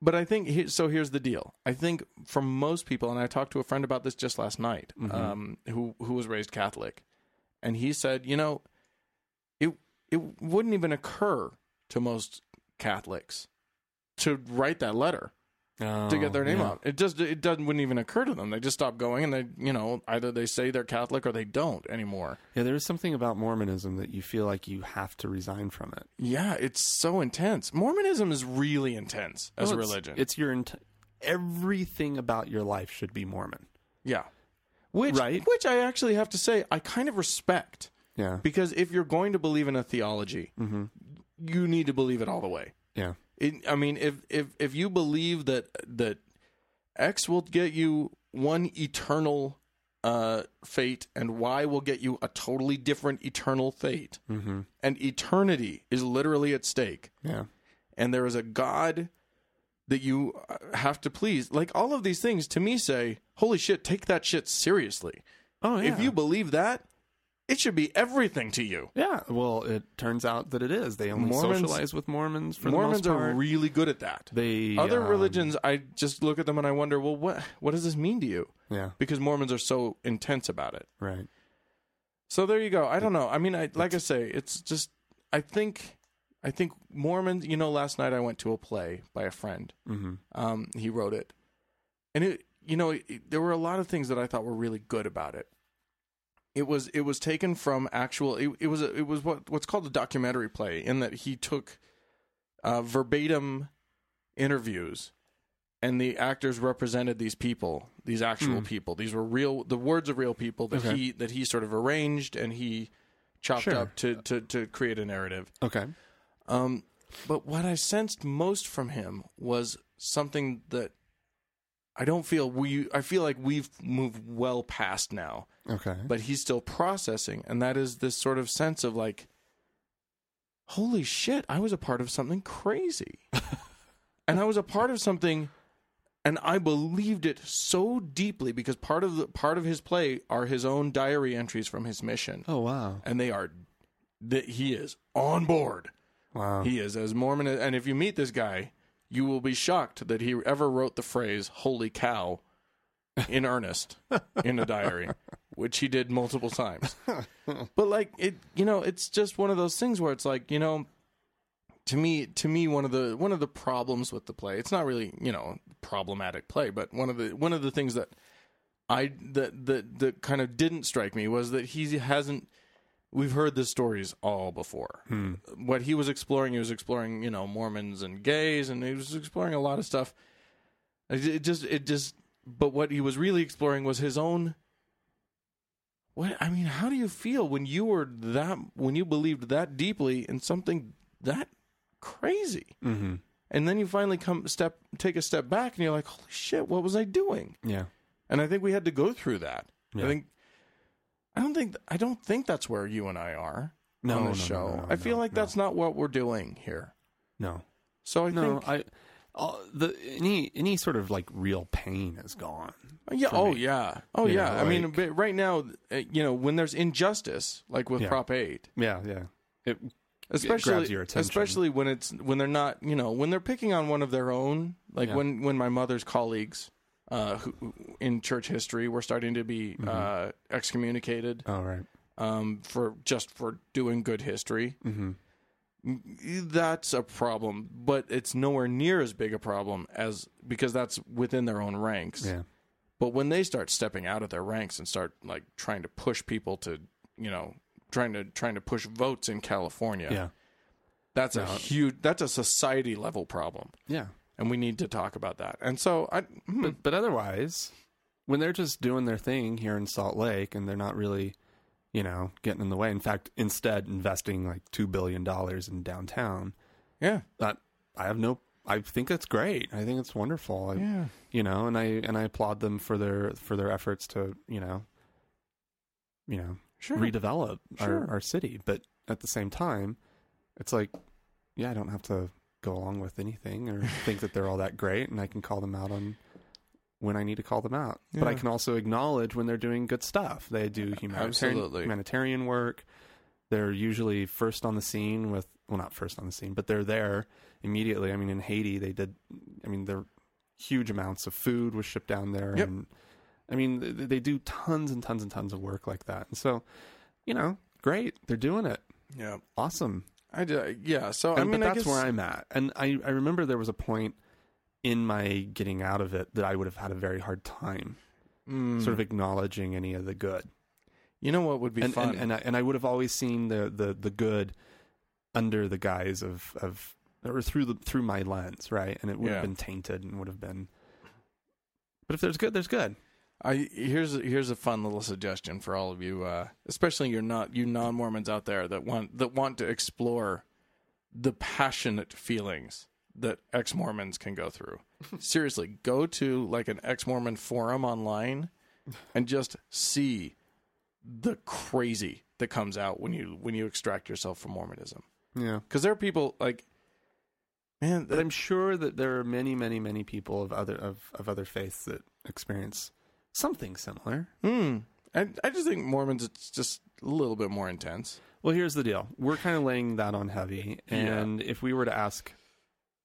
but I think he- so. Here's the deal. I think for most people, and I talked to a friend about this just last night, Mhm. um, who who was raised Catholic, and he said, you know, it it wouldn't even occur to most Catholics to write that letter to get their name Oh, yeah. out. It just it doesn't wouldn't even occur to them. They just stop going, and they you know either they say they're Catholic or they don't anymore. Yeah, there is something about Mormonism that you feel like you have to resign from it. Yeah, it's so intense. Mormonism is really intense as No, a it's- religion. It's your int- everything about your life should be Mormon. yeah. Which Right? which I actually have to say I kind of respect Yeah. because if you're going to believe in a theology, Mm-hmm. you need to believe it all the way. Yeah. It, I mean, if if if you believe that that X will get you one eternal uh, fate and Y will get you a totally different eternal fate, Mm-hmm. and eternity is literally at stake, Yeah. and there is a God that you uh, have to please. Like all of these things to me say, holy shit, take that shit seriously. Oh If you believe that, it should be everything to you. yeah, well, it turns out that it is. They only Mormons- socialize with Mormons for Mormons the most part. are really good at that. they Other um, religions, I just look at them and I wonder, well, what what does this mean to you? Yeah, Because Mormons are so intense about it. right. So there you go. I don't know. I mean, I like I say, it's just I think I think Mormons. You know, last night I went to a play by a friend, Mm-hmm. Um, he wrote it, and it you know it, there were a lot of things that I thought were really good about it. It was it was taken from actual. It, it was a, it was what what's called a documentary play in that he took uh, verbatim interviews and the actors represented these people, these actual people. These were real. The words of real people that Hmm. Okay. he that he sort of arranged and he chopped Sure. up to, to to create a narrative. Okay. Um, but what I sensed most from him was something that I don't feel we. I feel like we've moved well past now Okay. but he's still processing and that is this sort of sense of like holy shit i was a part of something crazy and i was a part of something and i believed it so deeply because part of the part of his play are his own diary entries from his mission oh wow. and they are that he is on board Wow. he is as mormon as, and if you meet this guy you will be shocked that he ever wrote the phrase holy cow in earnest in a diary, which he did multiple times. But like it, you know, it's just one of those things where it's like, you know, to me, to me, one of the one of the problems with the play, it's not really you know problematic play, but one of the one of the things that I that that that kind of didn't strike me was that he hasn't. We've heard the stories all before. What he was exploring, he was exploring, you know, Mormons and gays, and he was exploring a lot of stuff. It it just, it just, but what he was really exploring was his own. What I mean, how do you feel when you were that when you believed that deeply in something that crazy, mm-hmm. and then you finally come step take a step back and you're like, holy shit, what was I doing? Yeah. And I think we had to go through that. Yeah. I think I don't think I don't think that's where you and I are No, on no, this no, show. no, no, I feel no, like no. that's not what we're doing here. No. So I no. think I. All, the any any sort of like real pain is gone. Yeah. for Oh, me. yeah. Oh, You yeah. know, I mean, like- but right now, uh, you know, when there's injustice, like with Yeah. Prop Eight, Yeah. Yeah. It, especially, grabs your attention. especially when it's when they're not, you know, when they're picking on one of their own, like Yeah. when when my mother's colleagues, uh, who, who- in church history, were starting to be Mm-hmm. uh, excommunicated oh right. um, for just for doing good history. Mm, Mm-hmm. That's a problem, but it's nowhere near as big a problem as because that's within their own ranks. Yeah. But when they start stepping out of their ranks and start like trying to push people to, you know, trying to trying to push votes in California, Yeah. that's a No. huge that's a society level problem, Yeah. and we need to talk about that. And so I, hmm, But but otherwise, when they're just doing their thing here in Salt Lake and they're not really, you know, getting in the way. In fact, instead investing like two billion dollars in downtown. yeah, That I have no. I think that's great. I think it's wonderful. I, yeah, You know, and I and I applaud them for their for their efforts to you know, you know, sure, redevelop Sure. our, our city. But at the same time, it's like, yeah, I don't have to go along with anything <laughs> or think that they're all that great, and I can call them out on when I need to call them out. But I Yeah. can also acknowledge when they're doing good stuff. They do humanitarian Absolutely. humanitarian work. They're usually first on the scene with well, not first on the scene, but they're there immediately. I mean, in Haiti, they did. I mean, they're huge amounts of food was shipped down there Yep. and i mean th- they do tons and tons and tons of work like that and so you know great they're doing it yeah. awesome I did, yeah. So I And- mean, but I that's guess, where i'm at and I, I remember there was a point in my getting out of it that i would have had a very hard time Mm. sort of acknowledging any of the good you know what would be and, fun. and and I, and I would have always seen the the the good under the guise of of or through the through my lens right and it would Yeah. have been tainted and would have been but if there's good there's good I here's here's a fun little suggestion for all of you, uh, especially you're not you non Mormons out there that want that want to explore the passionate feelings that ex Mormons can <laughs> go through. Seriously, go to like an ex Mormon forum online and just see the crazy that comes out when you when you extract yourself from Mormonism. yeah Because there are people like, man, But I'm sure that there are many, many, many people of other of, of other faiths that experience something similar. hmm, I I just think Mormons it's just a little bit more intense. Well, here's the deal: we're kind of laying that on heavy, Yeah. and if we were to ask,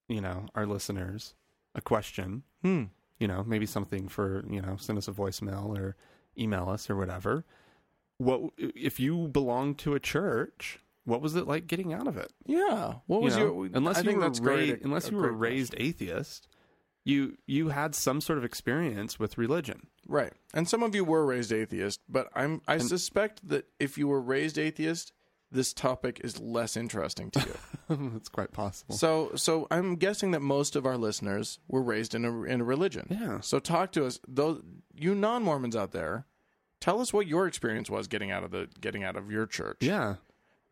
you know, our listeners a question, Hmm. you know, maybe something for you know, send us a voicemail or email us or whatever. What if you belong to a church? What was it like getting out of it? Yeah. What You was know, your unless I you think were that's ra- great, unless a you were great raised atheist, you you had some sort of experience with religion. <laughs> question. right? And some of you were raised atheist, but I'm I suspect that if you were raised atheist, this topic is less interesting to you. <laughs> it's quite possible. So, so I'm guessing that most of our listeners were raised in a in a religion. Yeah. So talk to us, those you non Mormons out there. Tell us what your experience was getting out of the getting out of your church. yeah,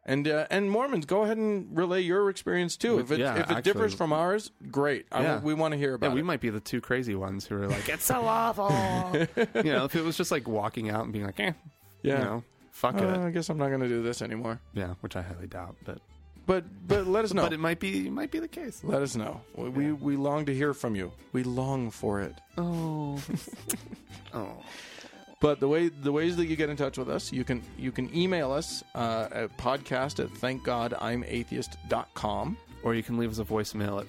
And uh, and Mormons, go ahead and relay your experience too. If it yeah, if it actually- differs from ours, great. I, Yeah. we want to hear about yeah. We it. might be the two crazy ones who are like, "It's <laughs> so awful." you know, if it was just like walking out and being like, "Eh, Yeah. you know, fuck Uh, it," I guess I'm not going to do this anymore. yeah, which I highly doubt, but But but let us know. but it might be it might be the case. let us know. We, we we long to hear from you. We long for it. <laughs> Oh, <laughs> oh, But the way the ways that you get in touch with us, you can you can email us uh, at podcast at thankgodimatheist.com. or you can leave us a voicemail at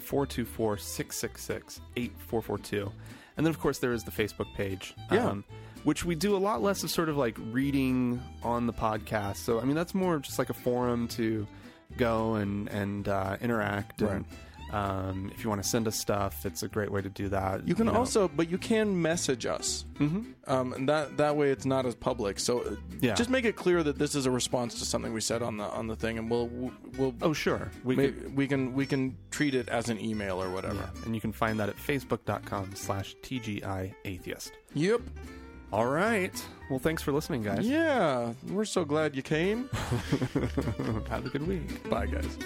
424-666-8442 and then of course there is the facebook page um, Yeah. which we do a lot less of sort of like reading on the podcast so i mean that's more of just like a forum to go and and uh, interact and um, if you want to send us stuff it's a great way to do that You can know. also, but you can message us. Mm-hmm. Um, and that that way it's not as public. So uh, Yeah. just make it clear that this is a response to something we said on the on the thing, and we'll we'll oh sure we we, could- we can we can treat it as an email or whatever. yeah. and you can find that at facebook.com slash tgi atheist Yep. all right well thanks for listening guys Yeah, we're so glad you came. <laughs> have a good week Bye, guys.